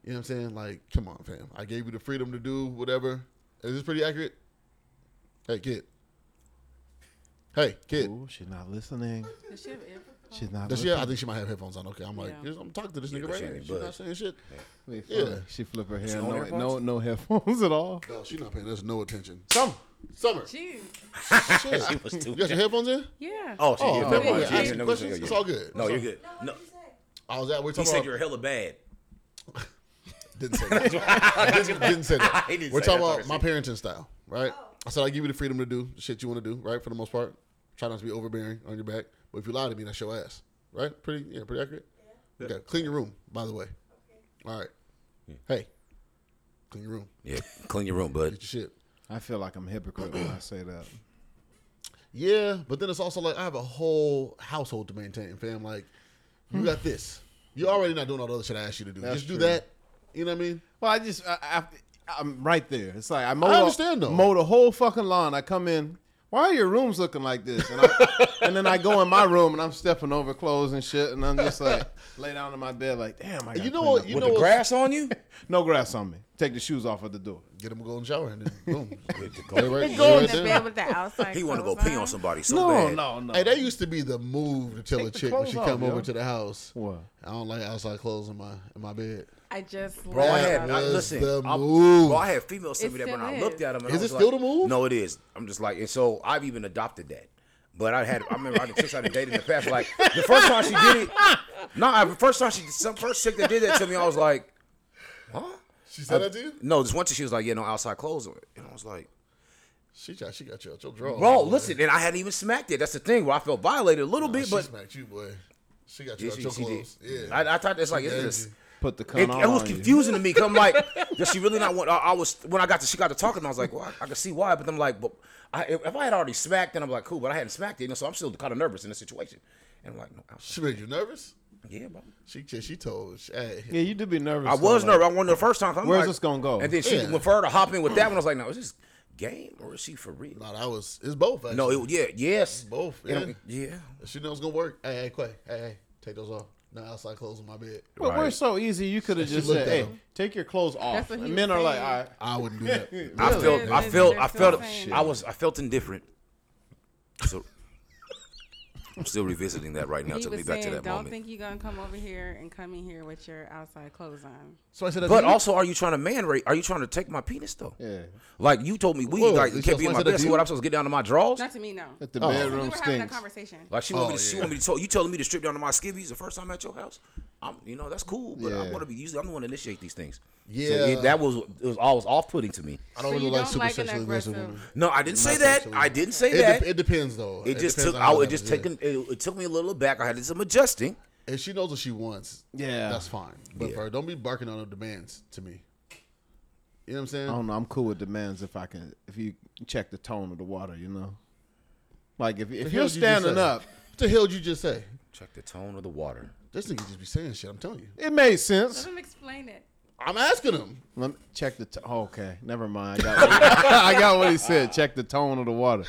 You know what I'm saying? Like, come on, fam. I gave you the freedom to do whatever. Is this pretty accurate? Hey, kid. Hey, kid.
Ooh, she's not listening.
Does she have ear-
She's not.
Does she?
listening.
I think she might have headphones on. Okay, I'm like,
Yeah.
I'm talking to this
Yeah,
nigga
but
right
she
here.
ain't
She's not
budged.
saying shit.
Wait,
Yeah.
fuck. She flip her hair.
on
No,
AirPods?
no, no headphones at all.
No, she's not paying us no attention.
Some.
Summer,
Jeez.
shit.
She was too
You got your headphones in?
Yeah.
Oh, she,
Oh,
yeah,
yeah,
never
yeah,
mind.
yeah.
She
Ask
didn't know
me
what she-
questions.
yeah,
It's
yeah.
all good.
No, you're good. No,
I was at. We're
he
talking
said
about.
you're hella bad.
Didn't say that. I didn't, didn't say that.
He didn't
We're
say
talking
that.
about my parenting style, right?
Oh.
I said I give you the freedom to do the shit you want to do, right? For the most part, try not to be overbearing on your back. But if you lie to me, that's your ass, right? Pretty, yeah, pretty accurate. Okay, clean your room, by the way. All right. Hey, clean your room.
Yeah, clean your room, bud.
Get your shit.
I feel like I'm a hypocrite when I say that.
Yeah, but then it's also like I have a whole household to maintain, fam. Like, you got this. You're already not doing all the other shit I asked you to do.
That's
Just do
true.
that. You know what I mean?
Well, I just I, I I'm right there. It's like I mow.
I understand,
the,
though.
Mow the whole fucking lawn. I come in. Why are your rooms looking like this? And, I, and then I go in my room and I'm stepping over clothes and shit. And I'm just like lay down in my bed like, damn. I gotta
You know
clean
what?
up.
You
With
know
the
what?
grass on you?
No grass on me. Take the shoes off at the door.
Get them a golden shower and then boom.
go-
They right- they
Go
right
in the
there.
bed with the outside.
He want to go
clothes
pee on somebody so
No,
bad.
no, no.
Hey, that used to be the move to tell a
the
chick when she
clothes
come
off,
over
yo.
to the house.
What?
I don't like outside clothes in my in my bed.
I just.
Bro, I
laughed.
had
That
I,
was
listen.
the
I-
move.
Bro, I had females send
It
me that when
still
I
is.
looked at them. And
Is
I
it
was
still
like,
the move?
No, it is. I'm just like, and so I've even adopted that. But I had, I remember I had chicks I done dated in the past. Like the first time she did it, no, I, the first time she, some first chick that did that to me, I was like, huh?
She said that to you?
No, this one time she was like, yeah, no outside clothes, on." and I was like,
She got she got you out your drawer.
bro,
Oh, boy.
listen, and I hadn't even smacked it. That's the thing where I felt violated a little
Nah,
bit,
she
but
smacked you, boy. She got you
Yeah,
out
she,
your
she did.
clothes. Yeah.
I, I thought that's like, it's
Damn
just.
you.
Put the cunt
It,
on.
it was
on you.
confusing to me because I'm like, does she really not want? I, I was when I got to she got to talking, I was like, well, I, I can see why, but I'm like, but I, if if I had already smacked, then I'm like, cool, but I hadn't smacked it, you know, so I'm still kind of nervous in the situation. And I'm like, no, I,
She made you nervous?
yeah, bro.
She she told hey,
Yeah, you do be nervous.
I was
though, like,
nervous. I wondered the first time. I'm
Where's
like-
this gonna go?
And then she
Yeah.
went for her to hop in with that one. I was like, no, is this game or is she for real?
nah, that was it's both actually.
No, it, yeah, yes,
both.
You know,
Yeah.
yeah.
She knows it's gonna work. Hey, hey, Quay, hey, hey, take those off. No outside clothes in my bed.
But we're
Right.
so easy. You could have just
looked
said,
at
"Hey,
him.
take your clothes off."
That's what he
And
was
men are like,
saying.
"All right."
I wouldn't do that.
I felt,
They're-
I felt,
they're
I felt,
still
I was, I felt indifferent. So, I'm still revisiting that right now.
he
Took me
was
back to
saying,
that
"Don't
moment.
think you're gonna come over here and come in here with your outside clothes on."
So I said,
But
"Do you-
also, are you trying to man rape? Are you trying to take my penis though?
Yeah.
Like you told me, we
Whoa,
like
this
can't be in
is
my
a dude?
bed. So what I'm supposed to get down to my drawers?
Not to me, no.
At the
Oh.
We were
bedroom
having a
stinks.
conversation.
Like she want me
Oh,
to, she
yeah.
want me to. Tell, you telling me to strip down to my skivvies the first time at your house? I'm, you know, that's cool, but I
Yeah.
want to be. Usually, I'm the one to initiate these things. So
Yeah.
it- that was it was always off putting to me.
I don't
So
really
you
like
don't
super
like an
sexually aggressive
aggressive-
women.
No, I didn't say
Not
that.
sexually.
I didn't say
It,
that.
dep- it depends though.
It just
depends
took.
on how
I,
that
it just
happens,
taken. It, it took me a little back. I had to do some adjusting.
yeah. If she knows what she wants,
Yeah.
that's fine. But
Yeah.
for her, don't be barking on her demands to me. You know what I'm saying?
I don't know. I'm cool with demands if I can, if you check the tone of the water, you know. Like if
The hell
if you're
did you just
standing
say?
up,
What the hell did you just say?
Check the tone of the water.
This nigga just be saying shit. I'm telling you.
it made sense.
Let him explain it.
I'm asking him.
Let me check the. T- oh, okay, never mind. I got, what he, I got what he said. Check the tone of the water.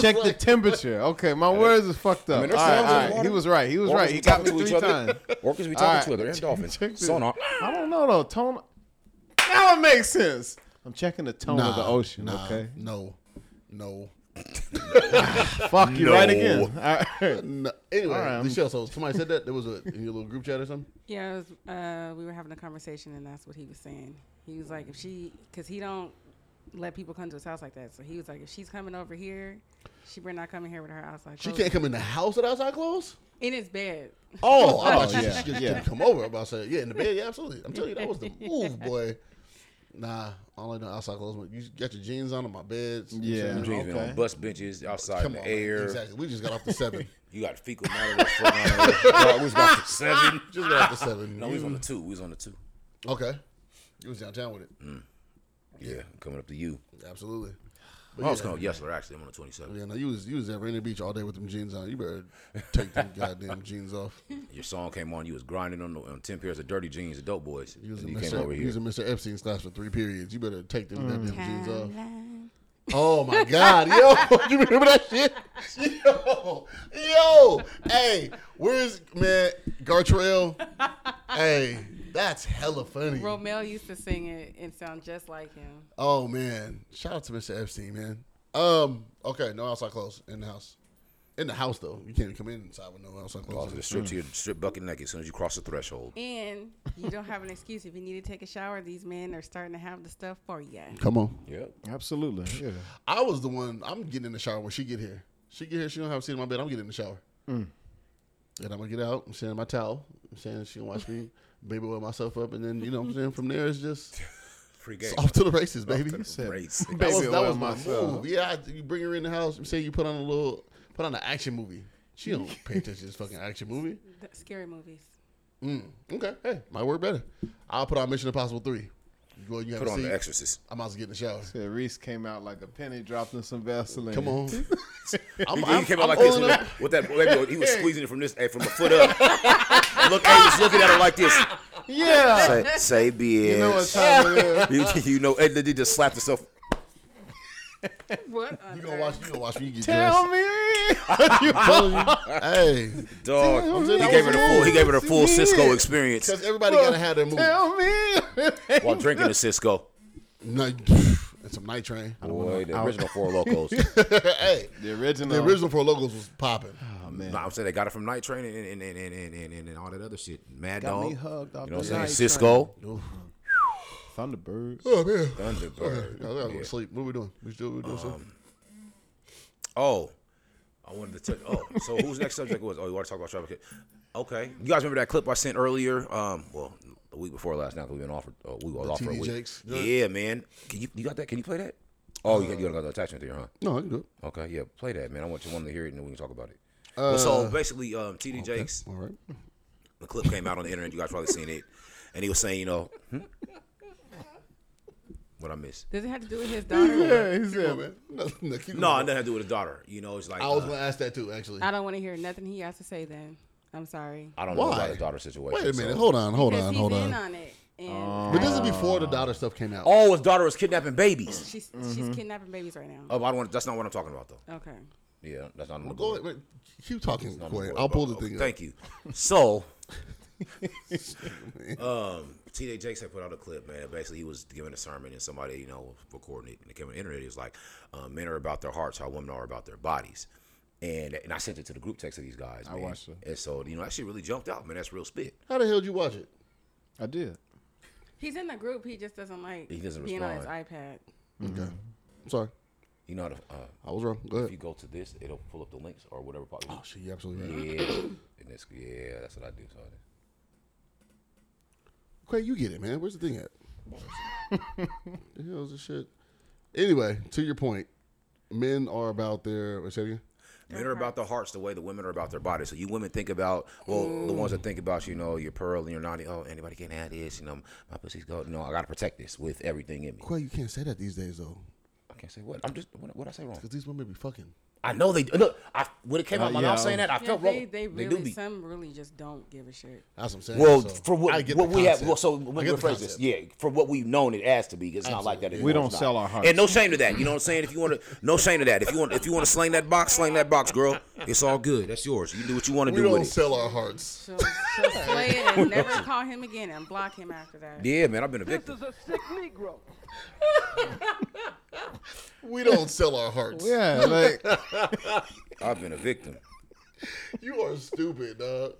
Check the temperature. Okay, my words is fucked up.
I mean, there's
All right,
sounds in
all
the
right.
water.
He was right. He was
Orcas
right.
be
He got me
talking to
three
each other.
times.
Orcas
All
be talking
right,
to each other. They're
check-
dolphins.
check this.
Sonar.
I don't know though. Tone. Now it makes sense. I'm checking the tone of the
Nah,
ocean.
nah,
okay.
Uh, No. No.
Fuck you right
No.
again. All right.
No. Anyway,
All right,
the
I'm-
show. So somebody said that there was a in your little group chat or something.
Yeah, it was, uh, we were having a conversation, and that's what he was saying. He was like, if she, because he don't let people come to his house like that. So he was like, if she's coming over here, she better not coming here with her outside.
She
clothes
can't come in the house without outside clothes.
in his bed.
Oh, I thought
Oh,
she
yeah,
just, just
yeah.
didn't come over. I'm about to say, yeah, in the bed, yeah, absolutely. I'm telling you, that was the move, boy. Nah, all I know outside clothes. but You got your jeans on on my bed.
Yeah.
You know what I'm
Dreaming
saying?
on bus benches outside
Come
in
on,
the air.
exactly. We just got off the seven.
You got fecal matter. that's floating around. Dog, we was about to seven.
just got off the seven. Mm,
No, we was on the two. We was on the two.
okay. You was downtown with
Mm.
it.
Yeah, coming up to you.
Absolutely. But
Well, I was
yeah.
coming. Yes, sir. Actually, I'm on the 27th.
Yeah, no, you was you was at Rainier Beach all day with them jeans on. You better take them goddamn jeans off.
Your song came on. You was grinding on, the, on 10 pairs of dirty jeans, Dope Boys.
You was
and
in
you came over
Mr. You
here.
was in Mr. Epstein's class for three periods. You better take them goddamn jeans off.
Timeline.
Oh my God, yo, you remember that shit? Yo, yo, hey, where's man Gartrell? Hey, that's hella funny.
Romel used to sing it and sound just like him.
Oh man, shout out to Mr. Epstein, man. Um, okay, no outside clothes in the house. In the house though, you can't come inside with no outside
Oh,
clothes.
the strip to
Mm.
your strip bucket naked as soon as you cross the threshold.
And you don't have an excuse if you need to take a shower. These men are starting to have the stuff for you.
Come on,
Yep.
Absolutely. Yeah.
I was the one. I'm getting in the shower when she get here. She get here, she don't have a seat in my bed. I'm getting in the shower,
Mm.
and I'm gonna get out. I'm saying my towel. I'm saying she gonna watch me baby oil myself up, and then you know what I'm saying from there it's just
Free game.
it's off to the races, baby.
Race.
That was,
Baby
that
oil
was my
myself.
move. Yeah, I- you bring her in the house. Say you put on a little, put on an action movie. She don't pay attention to this fucking action movie.
The scary movies.
Okay, hey, might work better. I'll put on Mission Impossible three. You go, you have
Put
a
on
seat.
the exorcist.
I'm about to get in the shower.
Said Reese came out like a penny dropped in some Vaseline.
Come on. I'm,
He, he
I'm-
came
I'm
out like this
oiling
with,
up.
that- with that. baby oil. He was squeezing it from this eh, from the foot up. Look, he was looking at her like this.
Yeah.
Say, say bitch.
You know what time it is.
You, you know, and then he just slapped himself.
What?
You gonna watch? You gonna watch me get
Tell
dressed?
me.
Telling you. Hey,
Dog,
Tell
he
me.
gave her the full. He gave her the full
Yeah.
Cisco experience
because everybody gotta have their move.
Tell me.
while drinking the Cisco.
Night, and some night train.
Boy, the original four locos.
hey,
The original.
the original Four Locos was popping.
Oh,
No, I'm saying they got it from Night Train and and and and and, and, and, all that other shit. Mad
Got
Dog.
me hugged off
you know what I'm
the
saying?
Night
Cisco.
Thunderbird.
Oh man, I
Thunderbird.
gotta go to sleep. What are we doing? We still we doing
Um,
something?
Oh, I wanted to. T- oh, so whose next subject was? Oh, you want to talk about Travis? Kelsey. Okay, you guys remember that clip I sent earlier? Um, well, the week before last. Now 'cause we've been off for uh, we was off for a
TD
week.
Jakes.
Yeah, man. Can you you got that? Can you play that? Oh, you got, you got another attachment there, huh?
No, I can do it.
Okay, yeah, play that, man. I want you want to hear it, and then we can talk about it. well,
Uh,
so basically, um, TD Jakes,
All right.
the clip came out on the internet. You guys probably seen it, and he was saying, you know, hmm? what I missed.
Does it have to do with his daughter?
Hey, he's there, man. No, no, keep
No, it
going.
doesn't have to do with his daughter. You know, it's like
I was
uh,
gonna ask that too, actually.
I don't want to hear nothing he has to say then. I'm sorry.
I don't know
Why?
about his daughter situation.
Wait a minute.
so-
Hold on. Hold
Because
on.
he's
Hold
in
on. Oh.
on it. And
But this is before the daughter stuff came out.
Oh, his daughter was kidnapping babies.
she's,
Mm-hmm.
she's kidnapping babies right now.
Oh, but I don't want. That's not what I'm talking about, though.
Okay.
Yeah, that's not.
Go ahead. Wait, keep talking, Corey. I'll pull the thing up.
Thank you. So, um, T.J. Jakes had put out a clip, man. Basically, he was giving a sermon, and somebody, you know, was recording it, and it came on the internet. He was like, uh, "Men are about their hearts, how women are about their bodies." and and I sent it to the group text of these guys. Man.
watched it.
And so you know, that shit really jumped out, man. That's real spit.
How the hell did you watch it?
I did.
He's in the group. He just doesn't like
He doesn't
being on his
respond.
iPad.
Okay. I'm sorry.
You know, how to, uh,
I was wrong. Go
if you
ahead.
go to this, it'll pull up the links or whatever. Part.
Oh, shit, you're absolutely right.
yeah, and it's, yeah, that's what I do. So I
Craig, you get it, man. Where's the thing at? the hell's this shit? Anyway, to your point, men are about their. Wait, say it again.
Men are about their hearts the way the women are about their bodies. So you women think about, well, the ones that think about, you know, your pearl and your naughty. Oh, anybody can have this. You know, my pussy's gold. No, I gotta protect this with everything in me.
Quay, you can't say that these days though,
I can't say what. I'm just what, what I say wrong.
because these women be fucking.
I know they look. I when it came out
Uh,
my
yeah.
mouth saying that, I
Yeah,
felt
they,
wrong.
they really
do be.
some really just don't give a shit.
That's what I'm saying.
Well,
so
for
I
what,
get
what
the
we have,
concept.
well, so
I
let me
get the
rephrase this.
concept.
Yeah, for what we've known it as to be, it's not like that. anymore.
We don't
It's not.
sell our hearts.
and no shame to that. You know what I'm saying? If you want to, no shame to that. If you want, if you want to sling that box, sling that box, girl. It's all good. That's yours. You do what you want to
We
do with
don't
it.
sell our hearts.
She'll, she'll slay it and never call him again and block him after that.
yeah, man, I've been a
This
victim.
is a sick Negro.
We don't sell our hearts.
Yeah, like
I've been a victim.
You are stupid, dog.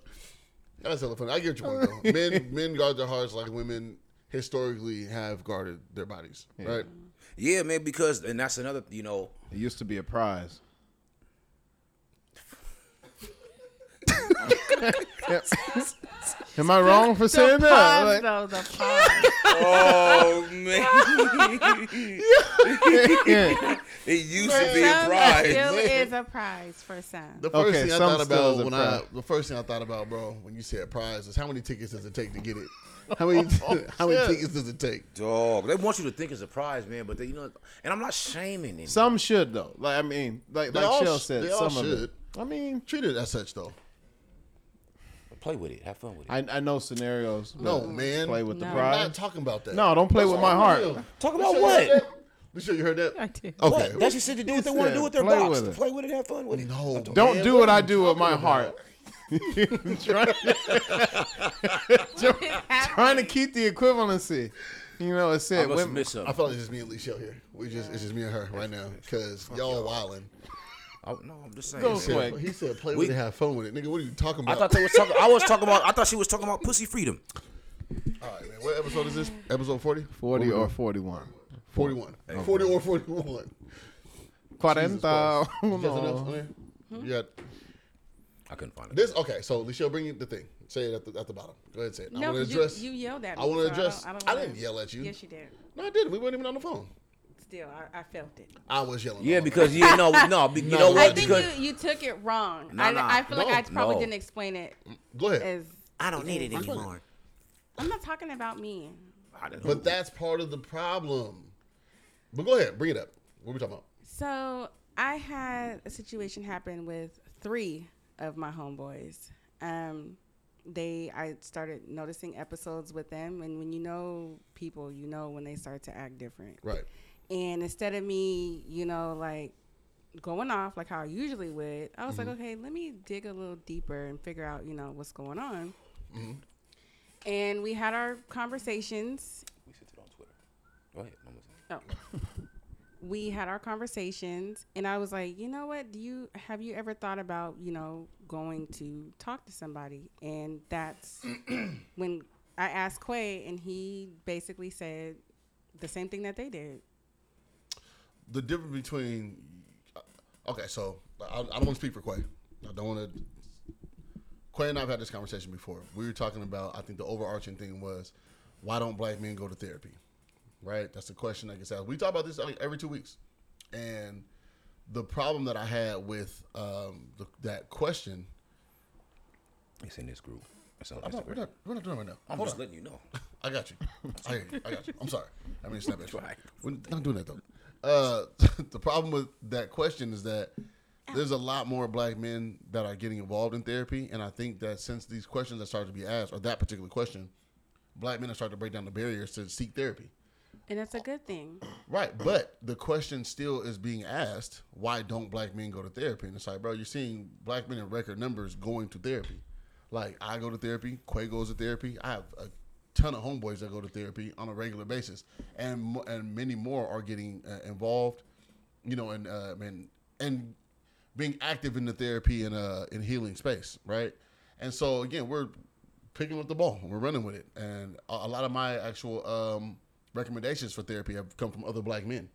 That's hella funny. I get what you want though. Men men guard their hearts like women historically have guarded their bodies. Right?
Yeah, man, because and that's another, you know,
it used to be a prize. Am I wrong for saying
the pause,
that? Like,
though, the pause.
Oh man,
yeah.
it used to be a
Some
prize.
still
man.
is a prize for some.
The first
Okay,
thing I
some
thought
still
about
is a
when I
prize.
the first thing I thought about, bro, when you said prize is how many tickets does it take to get it? Oh, How many how many tickets does it take?
Dog, they want you to think it's a prize, man, but they, you know, and I'm not shaming it.
Some should though. Like I mean, like
They
like
all
Shell
sh-
said,
they all
some of it.
should.
I mean,
Treat it as such though.
Play with it, have fun with it.
I, I know scenarios.
No,
but
man.
play with
No.
the
I'm
prize.
not talking about that.
No, don't play with my heart.
Talk
You
about
sure you
what?
heard that? You sure you heard that?
I did.
Okay.
What? That's your shit to do what they want to do with their
Play
box.
with it.
Play with it, have fun with it.
No,
Don't
man,
do what
are
I
you
do with
talking
my
about?
heart. Trying to keep the equivalency. You know, it
I
said
must have
women.
missed something.
I feel like it's just me and Lisa here. We just it's just me and her right now because y'all wildin'.
I, no, I'm just saying.
Go
man.
for it.
Said- He said, "Play
We-
with it, have fun with it, nigga." What are you talking
I
about?
thought they was talking. I was talking about. I thought she was talking about pussy freedom.
All right, man. What episode is this? Episode forty.
40 or 41.
forty-one. Forty or forty-one.
Cuarenta.
You guys enough on there?
Hmm?
You got
I couldn't find it.
this. Okay, so Lisa, bring you the thing. Say it at the, at the bottom. Go ahead, and say it. I
No,
want to
'cause
address.
you, you yelled at
I
me.
wanna
so
address-
I, don't,
I
I, don't
didn't yell at you.
Yes, you did.
no, I didn't. We weren't even on the phone.
Still, I, I felt it.
I was yelling.
Yeah,
on the
because yeah, no, no, be- you know
I
what?
I
But
think
Because
you, you took it wrong.
No,
I,
no,
I feel like I
no,
probably
no. Mm.
didn't explain it
phone. Go ahead.
as.
I don't need it
Which one?
anymore.
I'm not talking about me.
I don't know.
But that's part of the problem. But go ahead, bring it up. What are we talking about?
So I had a situation happen with three of my homeboys. Um, they I started noticing episodes with them, and when you know people, you know when they start to act different.
Right.
And instead of me, you know, like going off like how I usually would, I was like, okay, let me dig a little deeper and figure out, you know, what's going on. And we had our conversations.
we sent it on Twitter. Go ahead. no, listen.
Oh. we had our conversations, and I was like, you know what? Do you have you ever thought about, you know, going to talk to somebody? And that's when I asked Quay, and he basically said the same thing that they did.
the difference between okay, so I, I don't want to speak for Quay. I don't want to. Quay and I've had this conversation before. We were talking about I think the overarching thing was why don't black men go to therapy, right? That's the question that gets asked. We talk about this like every two weeks, and the problem that I had with um, the, that question.
It's in this group. It's on
I'm not, we're,
Instagram.
not, we're not doing it right now.
I'm
Hold
just
on.
letting you know.
I got you. I hear you. I got you. I'm sorry. I mean, snap it.
Try.
We're not doing that though. Uh, the problem with that question is that there's a lot more black men that are getting involved in therapy, and I think that since these questions that started to be asked, or that particular question, black men are starting to break down the barriers to seek therapy.
And that's a good thing.
Right, but the question still is being asked: Why don't black men go to therapy? And it's like, bro, you're seeing black men in record numbers going to therapy. Like I go to therapy, Quay goes to therapy. I have a ton of homeboys that go to therapy on a regular basis, and mo- and many more are getting uh, involved. You know, and uh, and and being active in the therapy and uh in healing space, right? And so again, we're picking up the ball, we're running with it, and a, a lot of my actual um, recommendations for therapy have come from other black men.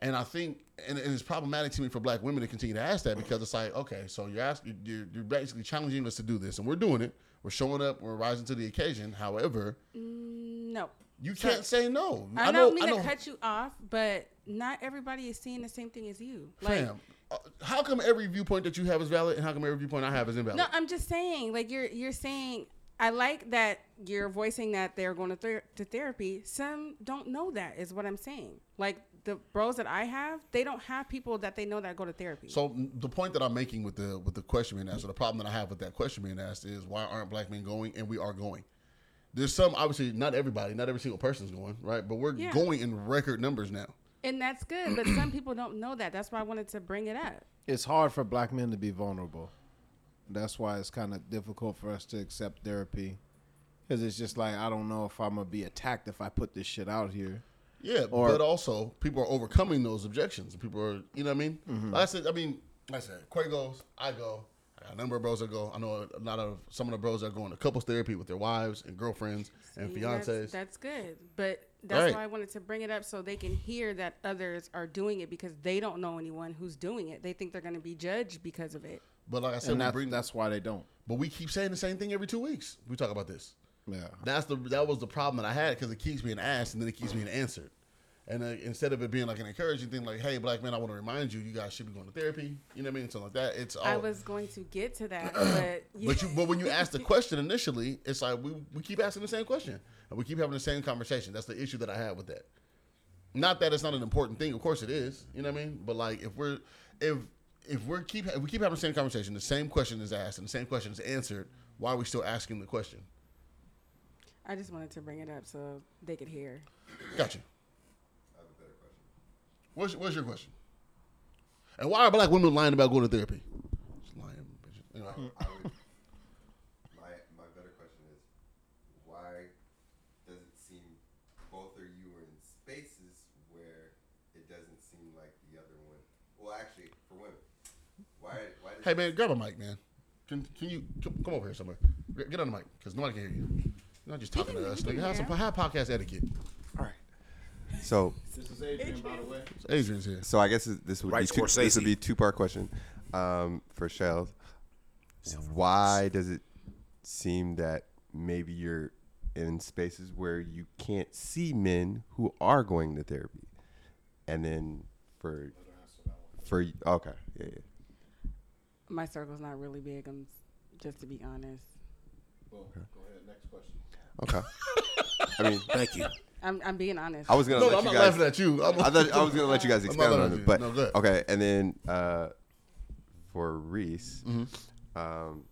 And I think, and, and it's problematic to me for black women to continue to ask that because it's like, okay, so you're asking, you're, you're basically challenging us to do this, and we're doing it. We're showing up. We're rising to the occasion. However,
No.
you can't say no.
Mm. I, don't mean to cut you off, but not everybody is seeing the same thing as you. Like,
Fam, uh, how come every viewpoint that you have is valid, and how come every viewpoint I have is invalid?
No, I'm just saying, like you're you're saying. I like that you're voicing that they're going to ther- to therapy. Some don't know that is what I'm saying. Like the bros that I have, they don't have people that they know that go to therapy.
So the point that I'm making with the with the question being asked, or the problem that I have with that question being asked, is why aren't black men going? And we are going. There's some obviously not everybody, not every single person's going, right? But we're
Yeah.
going in record numbers now.
and that's good, but some people don't know that. That's why I wanted to bring it up.
It's hard for black men to be vulnerable. That's why it's kind of difficult for us to accept therapy. Because it's just like, I don't know if I'm going to be attacked if I put this shit out here.
Yeah,
Or-
but also people are overcoming those objections. People are, you know what I mean?
Mm-hmm.
Like I said, I mean, like I said, Quay goes, I go. I got a number of bros that go. I know a lot of some of the bros that go into couples therapy with their wives and girlfriends and
See, that's-
fiancés.
That's, good, but that's
Right.
why I wanted to bring it up so they can hear that others are doing it because they don't know anyone who's doing it. They think they're going to be judged because of it.
But like I said,
And
we
that,
bring,
that's why they don't.
but we keep saying the same thing every two weeks. We talk about this.
Yeah.
That's the that was the problem that I had because it keeps being asked and then it keeps being answered. And uh, instead of it being like an encouraging thing, like, "Hey, black man, I want to remind you, you guys should be going to therapy." You know what I mean? Something like that. It's all.
I was going to get to that, but
Oh. but you, but when you ask the question initially, it's like we, we keep asking the same question and we keep having the same conversation. That's the issue that I had with that. Not that it's not an important thing. Of course it is. You know what I mean? But like if we're if if we're keep if we keep having the same conversation, the same question is asked and the same question is answered. Why are we still asking the question?
I just wanted to bring it up so they could hear.
Gotcha. What's, what's your question? And why are black women lying about going to therapy? Just lying, bitches. Anyway.
I would, my my better question is, why does it seem both of you are in spaces where it doesn't seem like the other one? Well, actually, for women, why why does
Hey man, grab a mic, man. Can can you come, come over here somewhere? G- Get on the mic, cause nobody can hear you. You're not just talking to us, nigga. Have some have podcast etiquette.
So,
It's Adrian's here.
so I guess this- this would
Right,
be two, this
Scorsese.
would be two part question um, for Shell. Why does it seem that maybe you're in spaces where you can't see men who are going to therapy, and then for for okay, yeah, yeah.
My circle's not really big. I'm just to be honest.
okay. I mean,
Thank you.
I'm, I'm being honest.
I was gonna
No, I'm
let you
not
guys.
laughing at you. I'm
I thought I was gonna let you guys
I'm not
expound on
laughing
it,
at
but
you. No, go ahead.
okay. And then uh, for Reese,
Mm-hmm.
um,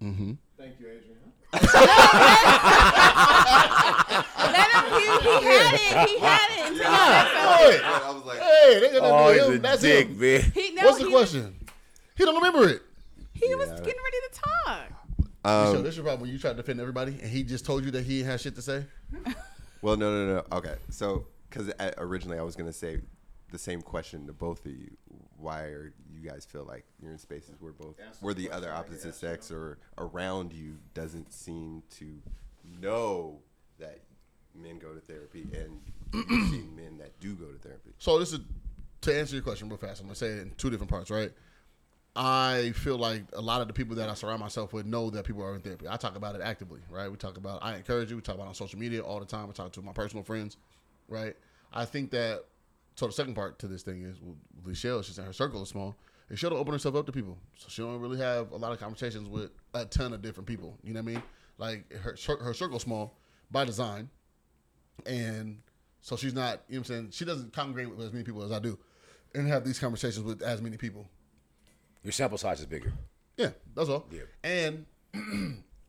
Thank you, Adrian.
Let him hear. He had it. He had it. until I-
Hey,
I was like,
hey, they gonna
Oh,
do
he's
him.
a
That's
dick,
him.
man.
He, no,
What's the
he,
question? He don't remember it.
He was
Yeah.
getting ready to talk.
so
um,
this is probably when you try to defend everybody, and he just told you that he had shit to say.
well, no, no, no. Okay, so because originally I was gonna say the same question to both of you. Why are you guys feel like you're in spaces where both, where the other opposite sex or around you doesn't seem to know that men go to therapy and you see men that do go to therapy?
So this is to answer your question real fast. I'm gonna say it in two different parts, right? I feel like a lot of the people that I surround myself with know that people are in therapy. I talk about it actively, right? We talk about I encourage you. We talk about it on social media all the time. I talk to my personal friends, right? I think that so the second part to this thing is well, Lachelle, she's in her circle is small. And she don't open herself up to people, so she don't really have a lot of conversations with a ton of different people. You know what I mean? Like her cir- her circle's small by design, and so she's not you know what i'm saying she doesn't congregate with as many people as i do and have these conversations with as many people
Your sample size is bigger.
yeah that's all
Yeah.
and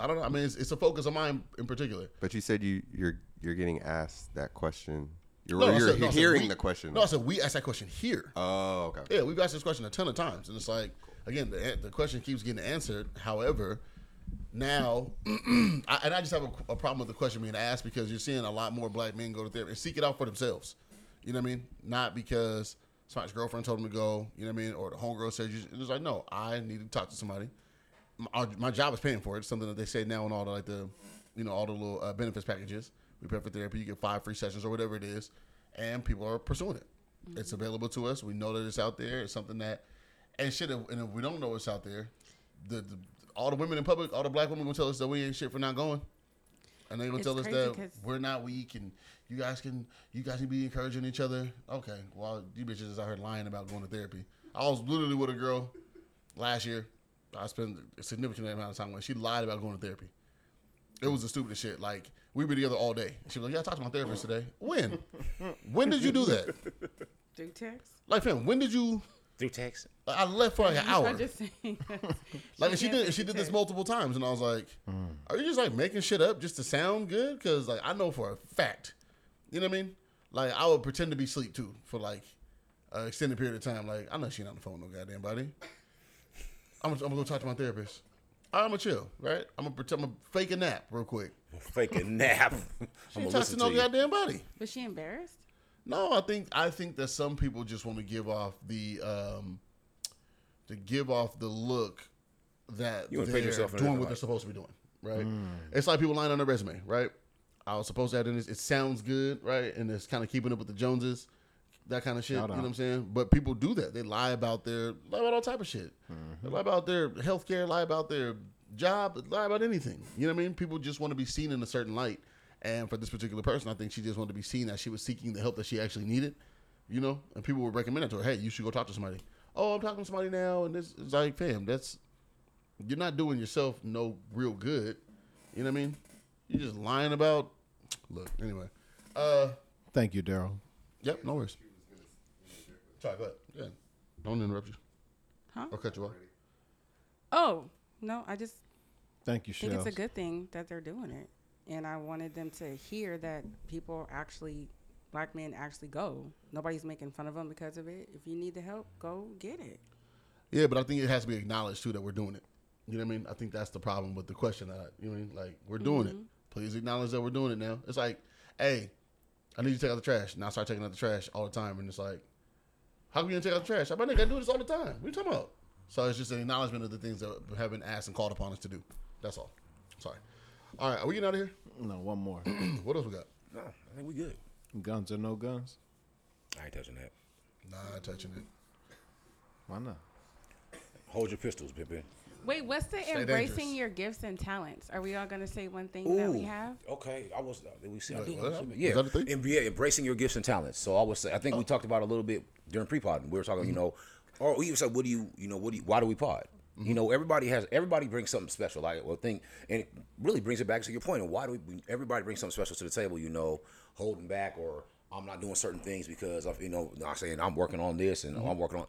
i don't know i mean it's, it's a focus of mine in particular
But you said you you're you're getting asked that question. You're,
No, I
you're
said- no, I said
hearing
we-
the question.
no i said we asked that question here
oh, okay.
Yeah, we've asked this question a ton of times, and it's like again, the, the question keeps getting answered. However, now, I, and I just have a, a problem with the question being asked because you're seeing a lot more black men go to therapy and seek it out for themselves. You know what I mean? Not because somebody's girlfriend told him to go. You know what I mean? Or the homegirl said you. It was like, no, I need to talk to somebody. My, our- my job is paying for it. It's something that they say now in all the like the, you know, all the little uh, benefits packages. We pay for therapy. You get five free sessions or whatever it is, and people are pursuing it. It's available to us. We know that it's out there. It's something that, and shit. If, and if we don't know it's out there, the, the all the women in public, all the black women will tell us that we ain't shit for not going. And they gonna
It's
tell us
crazy
that
'cause-
we're not weak, and you guys can you guys can be encouraging each other. Okay, well you bitches is out here lying about going to therapy. I was literally with a girl last year. I spent a significant amount of time when she lied about going to therapy. It was the stupidest shit. Like we were together all day. She was like, "Yeah, I talked to my therapist today." When? when did you do that?
Through text?
Like, fam, when did you?
Through text.
Like, I left for like an hour.
I'm just saying.
Like and she
can't
did,
put
she
the
did this
text.
multiple times, and I was like,
Mm.
"Are you just like making shit up just to sound good?" Because like I know for a fact, you know what I mean. Like I would pretend to be asleep too for like an extended period of time. Like I know she ain't on the phone no goddamn body. I'm, gonna- I'm gonna go talk to my therapist. All right, I'm gonna chill, right? I'm gonna pretend I'm gonna fake a nap real quick.
Fake a nap.
She
I'm
ain't
gonna
touching
listen
no
to you.
goddamn body.
Was she embarrassed?
No, I think I think that some people just want to give off the um to give off the look that
You wanna put
they're
yourself in
doing
another
what they're
light.
supposed to be doing, right? It's like people lying on their resume, right? I was supposed to have done this. It sounds good, right? And it's kind of keeping up with the Joneses, that kind of shit. you know what I'm saying? But people do that. They lie about their lie about all type of shit. They lie about their healthcare, lie about their job, lie about anything. You know what I mean? People just want to be seen in a certain light. And for this particular person, I think she just wanted to be seen that she was seeking the help that she actually needed. You know, and people would recommend it to her. Hey, you should go talk to somebody. Oh, I'm talking to somebody now, and this is like, fam, that's you're not doing yourself no real good. You know what I mean? You're just lying about. Look, anyway. Uh,
Thank you, Daryl.
yep, no worries. Sorry, go ahead. Yeah, don't interrupt you.
Huh?
I'll cut you off.
Oh, no. I just
Thank you,
think
Shells.
it's a good thing that they're doing it. And I wanted them to hear that people actually, black men actually go. Nobody's making fun of them because of it. If you need the help, go get it.
Yeah, but I think it has to be acknowledged too that we're doing it. You know what I mean? I think that's the problem with the question that I, you know what I mean? Like we're doing it. Please acknowledge that we're doing it now. It's like, hey, I need you to take out the trash. And I start taking out the trash all the time, and it's like, how come you didn't take out the trash? I'm like, nigga, I do this all the time. What are you talking about? So it's just an acknowledgement of the things that have been asked and called upon us to do. That's all. Sorry. All right, are we getting out of here?
No, one more.
what else we got?
No, I think we good.
guns or no guns?
I ain't touching that.
Nah, touching it.
Why not?
Hold your pistols, Pippin.
Wait, what's the embracing
dangerous.
your gifts and talents? Are we all going to say one thing that we have?
Okay, I was. Did we see? I
Wait,
think-
what?
Yeah,
Was that a thing? Oh.
NBA embracing your gifts and talents. So I was. say- I think we talked about it a little bit during pre-pod. We were talking,
Mm-hmm.
you know, or we was like, what do you, you know, what do you, why do we pod?
Mm-hmm.
You know, everybody has. Everybody brings something special. Like, well, think, and it really brings it back to your point. And why do we? Everybody brings something special to the table. You know, holding back or I'm not doing certain things because of you know, I'm saying I'm working on this
Mm-hmm.
and I'm working on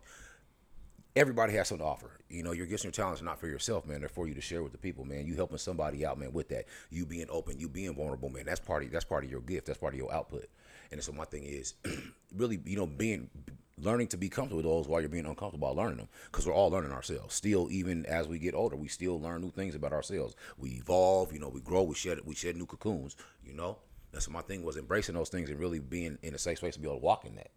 everybody has something to offer. You know, your gifts and your talents are not for yourself, man. They're for you to share with the people, man. You helping somebody out, man, with that. You being open, you being vulnerable, man. That's part of that's part of your gift. That's part of your output. And so my thing is really, you know, being learning to be comfortable with those while you're being uncomfortable about learning them. Because we're all learning ourselves. Still, even as we get older, we still learn new things about ourselves. We evolve, you know, we grow, we shed we shed new cocoons, you know? That's my thing was embracing those things and really being in a safe space to be able to walk in that.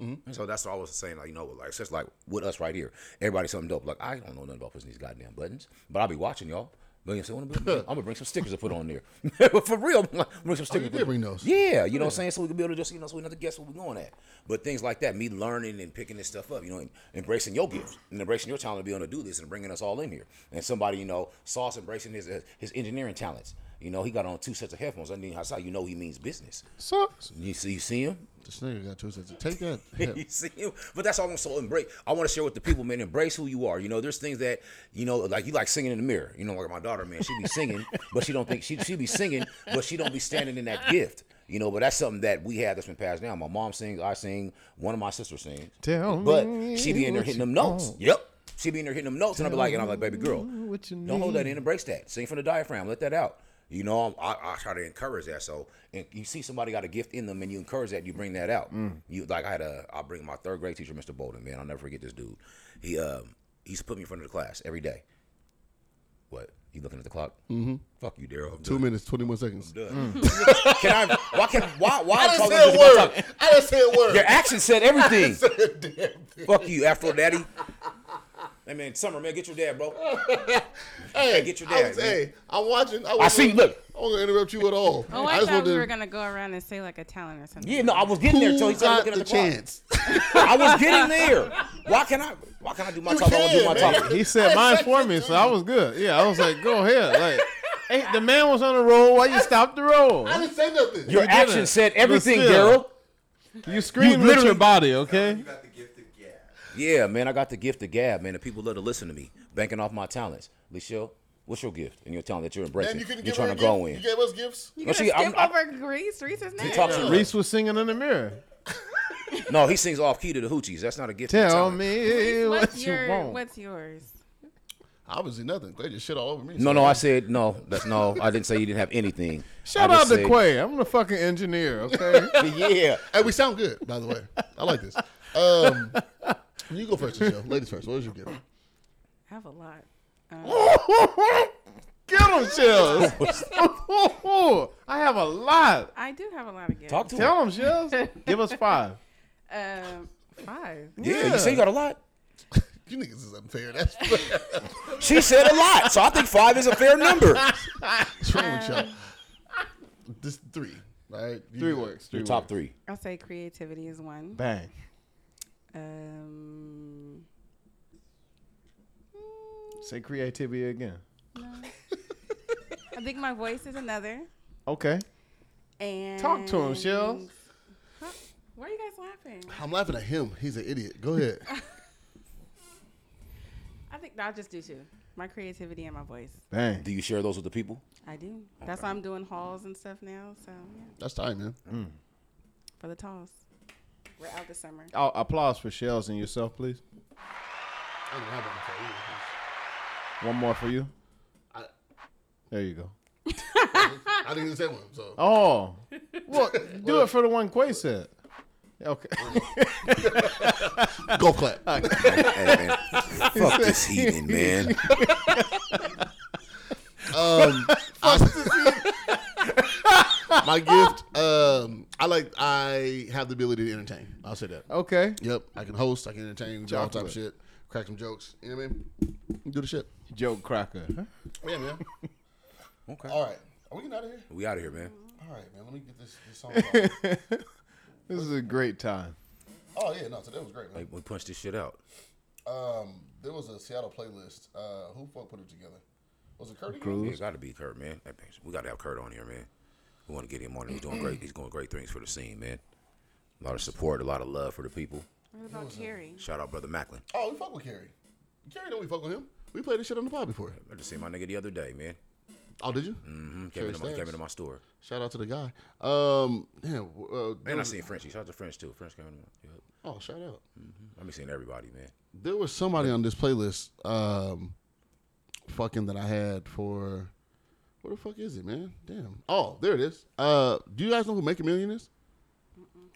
And so that's what I was saying, like, you know, like, it's just like with us right here. Everybody's something dope. Like, I don't know nothing about pushing these goddamn buttons, but I'll be watching y'all. Million said, "Wanna be- I'm gonna bring some stickers to put on there. For real, I'm gonna bring some stickers.
Oh, you
to
did
put-
bring those.
Yeah, you know what I'm saying? So we can be able to just, you know, so we don't have to guess what we're going at. But things like that, me learning and picking this stuff up, you know, and embracing your gifts and embracing your talent to be able to do this and bringing us all in here. And somebody, you know, Sauce embracing his uh, his engineering talents. You know, he got on two sets of headphones. I mean, that's how you know he means business.
So,
You see, you see him?
This nigga got two sets. Take that. hip.
you see him? But that's all I'm so embrace. I want to share with the people, man. Embrace who you are. You know, there's things that you know, like you like singing in the mirror. You know, like my daughter, man, she be singing, but she don't think she she be singing, but she don't be standing in that gift. You know, but that's something that we have that's been passed down. My mom sings, I sing, one of my sisters sings.
Tell
but
me
she be in there
what
hitting
you
them notes.
want.
Yep. She be in there hitting them notes, and I be like, and I'm like, baby girl,
what you
don't hold that in, embrace that. Sing from the diaphragm, let that out. You know, I, I try to encourage that. So, and you see somebody got a gift in them, and you encourage that, you bring that out.
Mm.
You like I had a, I bring my third grade teacher, Mr. Bolden, man, I'll never forget this dude. He um, he used to put me in front of the class every day. What? You looking at the clock? Mm-hmm. Fuck you, Daryl. I'm
Two
done.
minutes, twenty one seconds.
Done. can I? Why can? Why? Why?
I didn't
talk
say a
to my
word.
topic?
I didn't say a word.
Your action said everything. Fuck you, Afro Daddy. Hey man, Summer man, get your dad, bro.
Hey,
get your
I
dad,
was,
man.
hey, I'm watching. I,
I
was
see. Look,
I wasn't gonna interrupt you at all.
Oh, I,
just
thought
wanted
we
to-
were gonna go around and say like a talent or something.
yeah, no, I was getting there until he
Who
started
got
looking
the
at the clock.
chance?
I was getting there. Why can I? Why can I do my
You
topic? I want to do
can,
my
man.
topic.
He said mine for me, so I was good. Yeah, I was like, go ahead. Like, hey, the man was on the roll. Why you stopped the roll?
I didn't say nothing.
Your
You didn't.
action said everything,
But still.
Daryl.
You screamed with
literally-
your body, okay?
You got the gift of gab.
Yeah, man, I got the gift of gab, man. The people love to listen to me, banking off my talents. Lachelle, what's your gift and your talent that you're
And
embracing?
you couldn't
are
give
trying
her
to
a
grow
gift?
in.
You gave us gifts.
You
No,
gonna
see,
skip
I'm- I-
over Greece? Reese is next.
talk to-
Reese was singing in the mirror.
No, he sings off key to the hoochies. That's not a gift. and a
Tell
talent.
me
Reese,
what
what's
you
your
want.
what's yours?
Obviously nothing. They just shit all over me.
No, no, I said no. That's no. I didn't say you didn't have anything.
Shout
I
out
just
to
said-
Quay. I'm the fucking engineer, okay?
Yeah.
Hey, we sound good, by the way. I like this. Um, you go first, Michelle. Ladies first. What was your gift?
I have a lot.
Get him, Shells. I have a lot.
I do have a lot of gifts.
Talk to him.
Tell him, Shells. Give us five.
Um, five.
Yeah,
Yeah.
you say you got a lot.
You niggas is unfair. That's
She said a lot, so I think five is a fair number.
what's wrong with y'all.
Uh.
This three, right? You
Three
got-
works. Three
Your top
works.
three.
I'll say creativity is one.
Bang.
Um,
Say creativity again.
I think my voice is another.
Okay.
And
Talk to him, Shells.
Huh? Why are you guys laughing?
I'm laughing at him. He's an idiot. Go ahead.
I think I'll just do two. My creativity and my voice.
Bang.
Do you share those with the people?
I do. That's why I'm doing halls and stuff now. So yeah,
That's time, man.
for the toss. We're out this summer.
Oh, applause for Shells and yourself, please.
I didn't have one before either.
One more for you.
I-
There you go.
I didn't even say one. So
Oh, well, do it for the one Quay said. Okay.
go clap.
Hey, man. Fuck this heathen, man.
Um, I- my gift. Um, I like. I have the ability to entertain. I'll say that.
Okay.
Yep, I can host. I can entertain. Do all type of
Chocolate.
shit. Crack some jokes. You know what I mean? Do the shit.
Joke cracker.
Yeah, man.
Okay.
All right. Are we getting out of here?
We out of here, man.
All right, man. Let me get this, this song. off.
This is a great time.
oh yeah, no. Today was great, man.
Like, we punched this shit out.
Um, there was a Seattle playlist. Uh, who fuck put it together? Was it Curtis?
Yeah, it got to be Kurt, man. That thing's- We got to have Kurt on here, man. We want to get him on. He's doing great. He's doing great things for the scene, man. A lot of support, a lot of love for the people.
What about Carrie?
Shout out, brother Macklin.
Oh, we fuck with Carrie. Carrie, don't we fuck with him? We played this shit on the pod before.
I just seen my nigga the other day, man.
Oh, did you?
Mm, Came, into my,
Thanks.
came into my store.
Shout out to the guy. Um, damn. Uh, there
And I
was-
seen Frenchie. Shout out to French too. French came in. Yep.
oh, shout out.
I be seeing everybody, man.
There was somebody on this playlist, um, fucking that I had for. What the fuck is it, man? Damn. Oh, there it is. Uh, do you guys know who Make a Million is?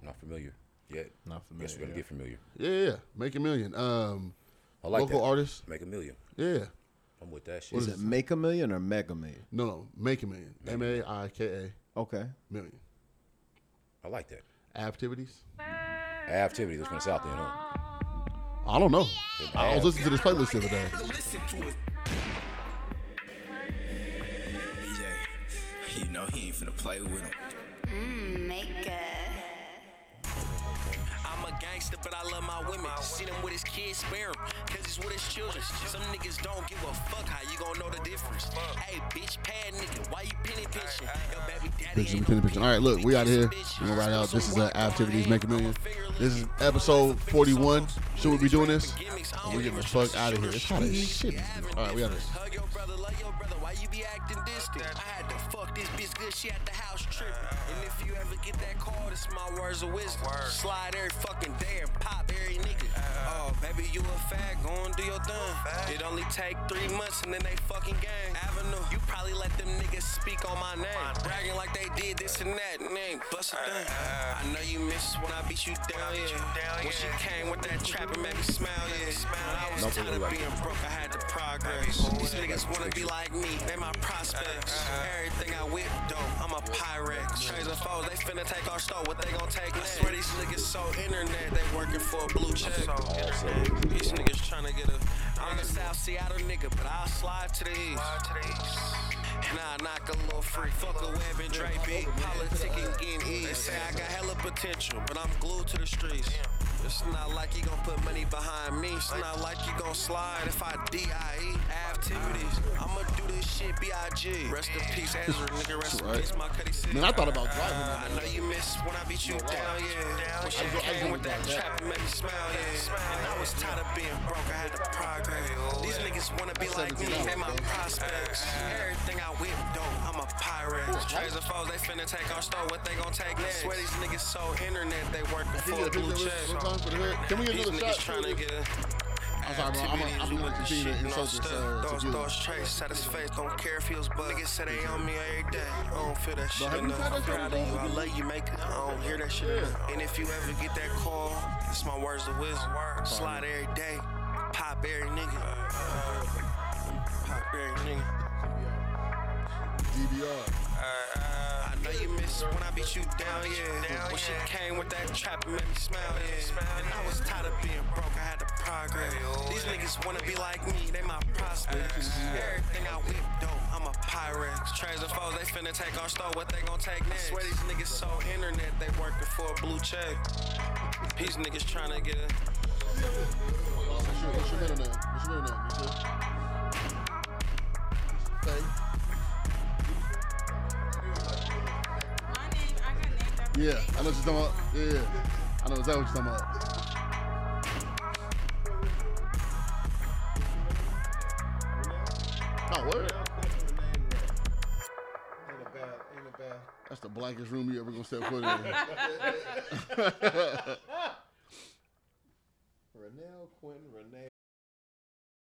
Not familiar yet.
Not familiar,
Guess we're gonna get familiar.
Yeah, yeah, yeah. Make a Million. Um,
I like
local
that.
artist.
Make a million.
Yeah.
I'm with that shit.
Is it Make a Million or Mega Million?
No, no. Make a Million. M A I K A
Okay.
Million.
I like that.
Activities.
Activity. That's from the south end, huh?
I don't know. I was listening to this playlist the other day.
You know he ain't finna play with him. I'm a gangster, but I love my women. See them with his kids, spare him, cause he's with his children. Some niggas don't give a fuck how you gon' know the difference. Hey, bitch, pad nigga, why you penny pitching? Yo, baby daddy
Picture,
ain't
pin
no
the picture. All right, look, we out of here. We're gonna ride out. This is uh, Activities Make a Million. This is episode 41. Should we be doing this? We get the fuck out of here. It's hot as shit. All right, we out of here.
Hug your brother, love your brother. Why you be acting distant? I had to fuck this bitch good. She at the house tripping. And if you ever get that call, this my words of wisdom. Slide every fucking day and pop every nigga. Oh, baby, you a fag. Go and do your thing. It only take three months and then they fucking gang. Avenue, you probably let them niggas speak on my name. Bragging like they did this and that. nickname, Bust It Down. I know you miss Uh, when I beat you down, yeah. When she came with that trap, it made me smile, yeah. When I was tired of being broke, I had to progress. These niggas wanna be like me, they my prospects. Everything I whip, dope, I'm a pirate. Trains and foes, they finna take our store, what they gon' take next? I swear these niggas so internet, they working for a blue check. These niggas tryna get a. I'm a South Seattle nigga, but I'll slide to the east. And I knock a little free. Fuck a web and Dre big politic and getting easy. They say I got hella potential, but I'm glued to the streets. It's not like you gon' put money behind me. It's not like you gon' slide if I DIE activities. I'ma do this shit B.I.G. Rest in peace, Ezra, nigga. Rest in
Right.
peace, my Cuddy City.
Man, I thought about driving
I
that
know you miss when I beat you down, yeah. When she
go- I
came
go
with that
like that.
trap, it made me smile, yeah. And I was tired of being broke, I had to progress.
oh,
These niggas wanna be like me, they my prospects. Everything I whip, dope, I'm a pirate. Trains and foes, they finna take our store, what they gon' take next? Swear these niggas so internet, they working
Can we get
for a
a
blue
picture
check.
of this one time for the hood? Can we get
These
another
niggas
shot?
tryna get a.
I'm sorry, bro. I'm gonna- I'm gonna continue to insult this, uh,
Those
to you.
thoughts trace, satisfied, don't care if he was buzzed. Niggas say they on me every day. I don't feel that shit.
have you
enough.
tried
I'm
that shit
proud of you.
before?
I love you, make it. I don't hear that shit. enough. And if you ever get that call, it's my words of wisdom. Slide every day. Pop every nigga. Pop every nigga.
DBR.
I know you miss when I beat you down, yeah. When she came with that trap, it made me smile, yeah. And I was tired of being broke, I had to progress. These niggas wanna be like me, they my prospects. Everything I whip, dope, I'm a pirate. Trains and foes, they finna take our store, what they gon' take next? Swear these niggas so internet, they working for a blue check. These niggas tryna get a.
What's your, what's your middle name? What's your middle name? What's your... Hey.
My name, I got named after
Yeah, I know what you're talking about. Yeah, yeah. I know exactly what you're talking about. Oh, word. That's the blankest room you ever gonna step foot in.
Renell Quentin Renee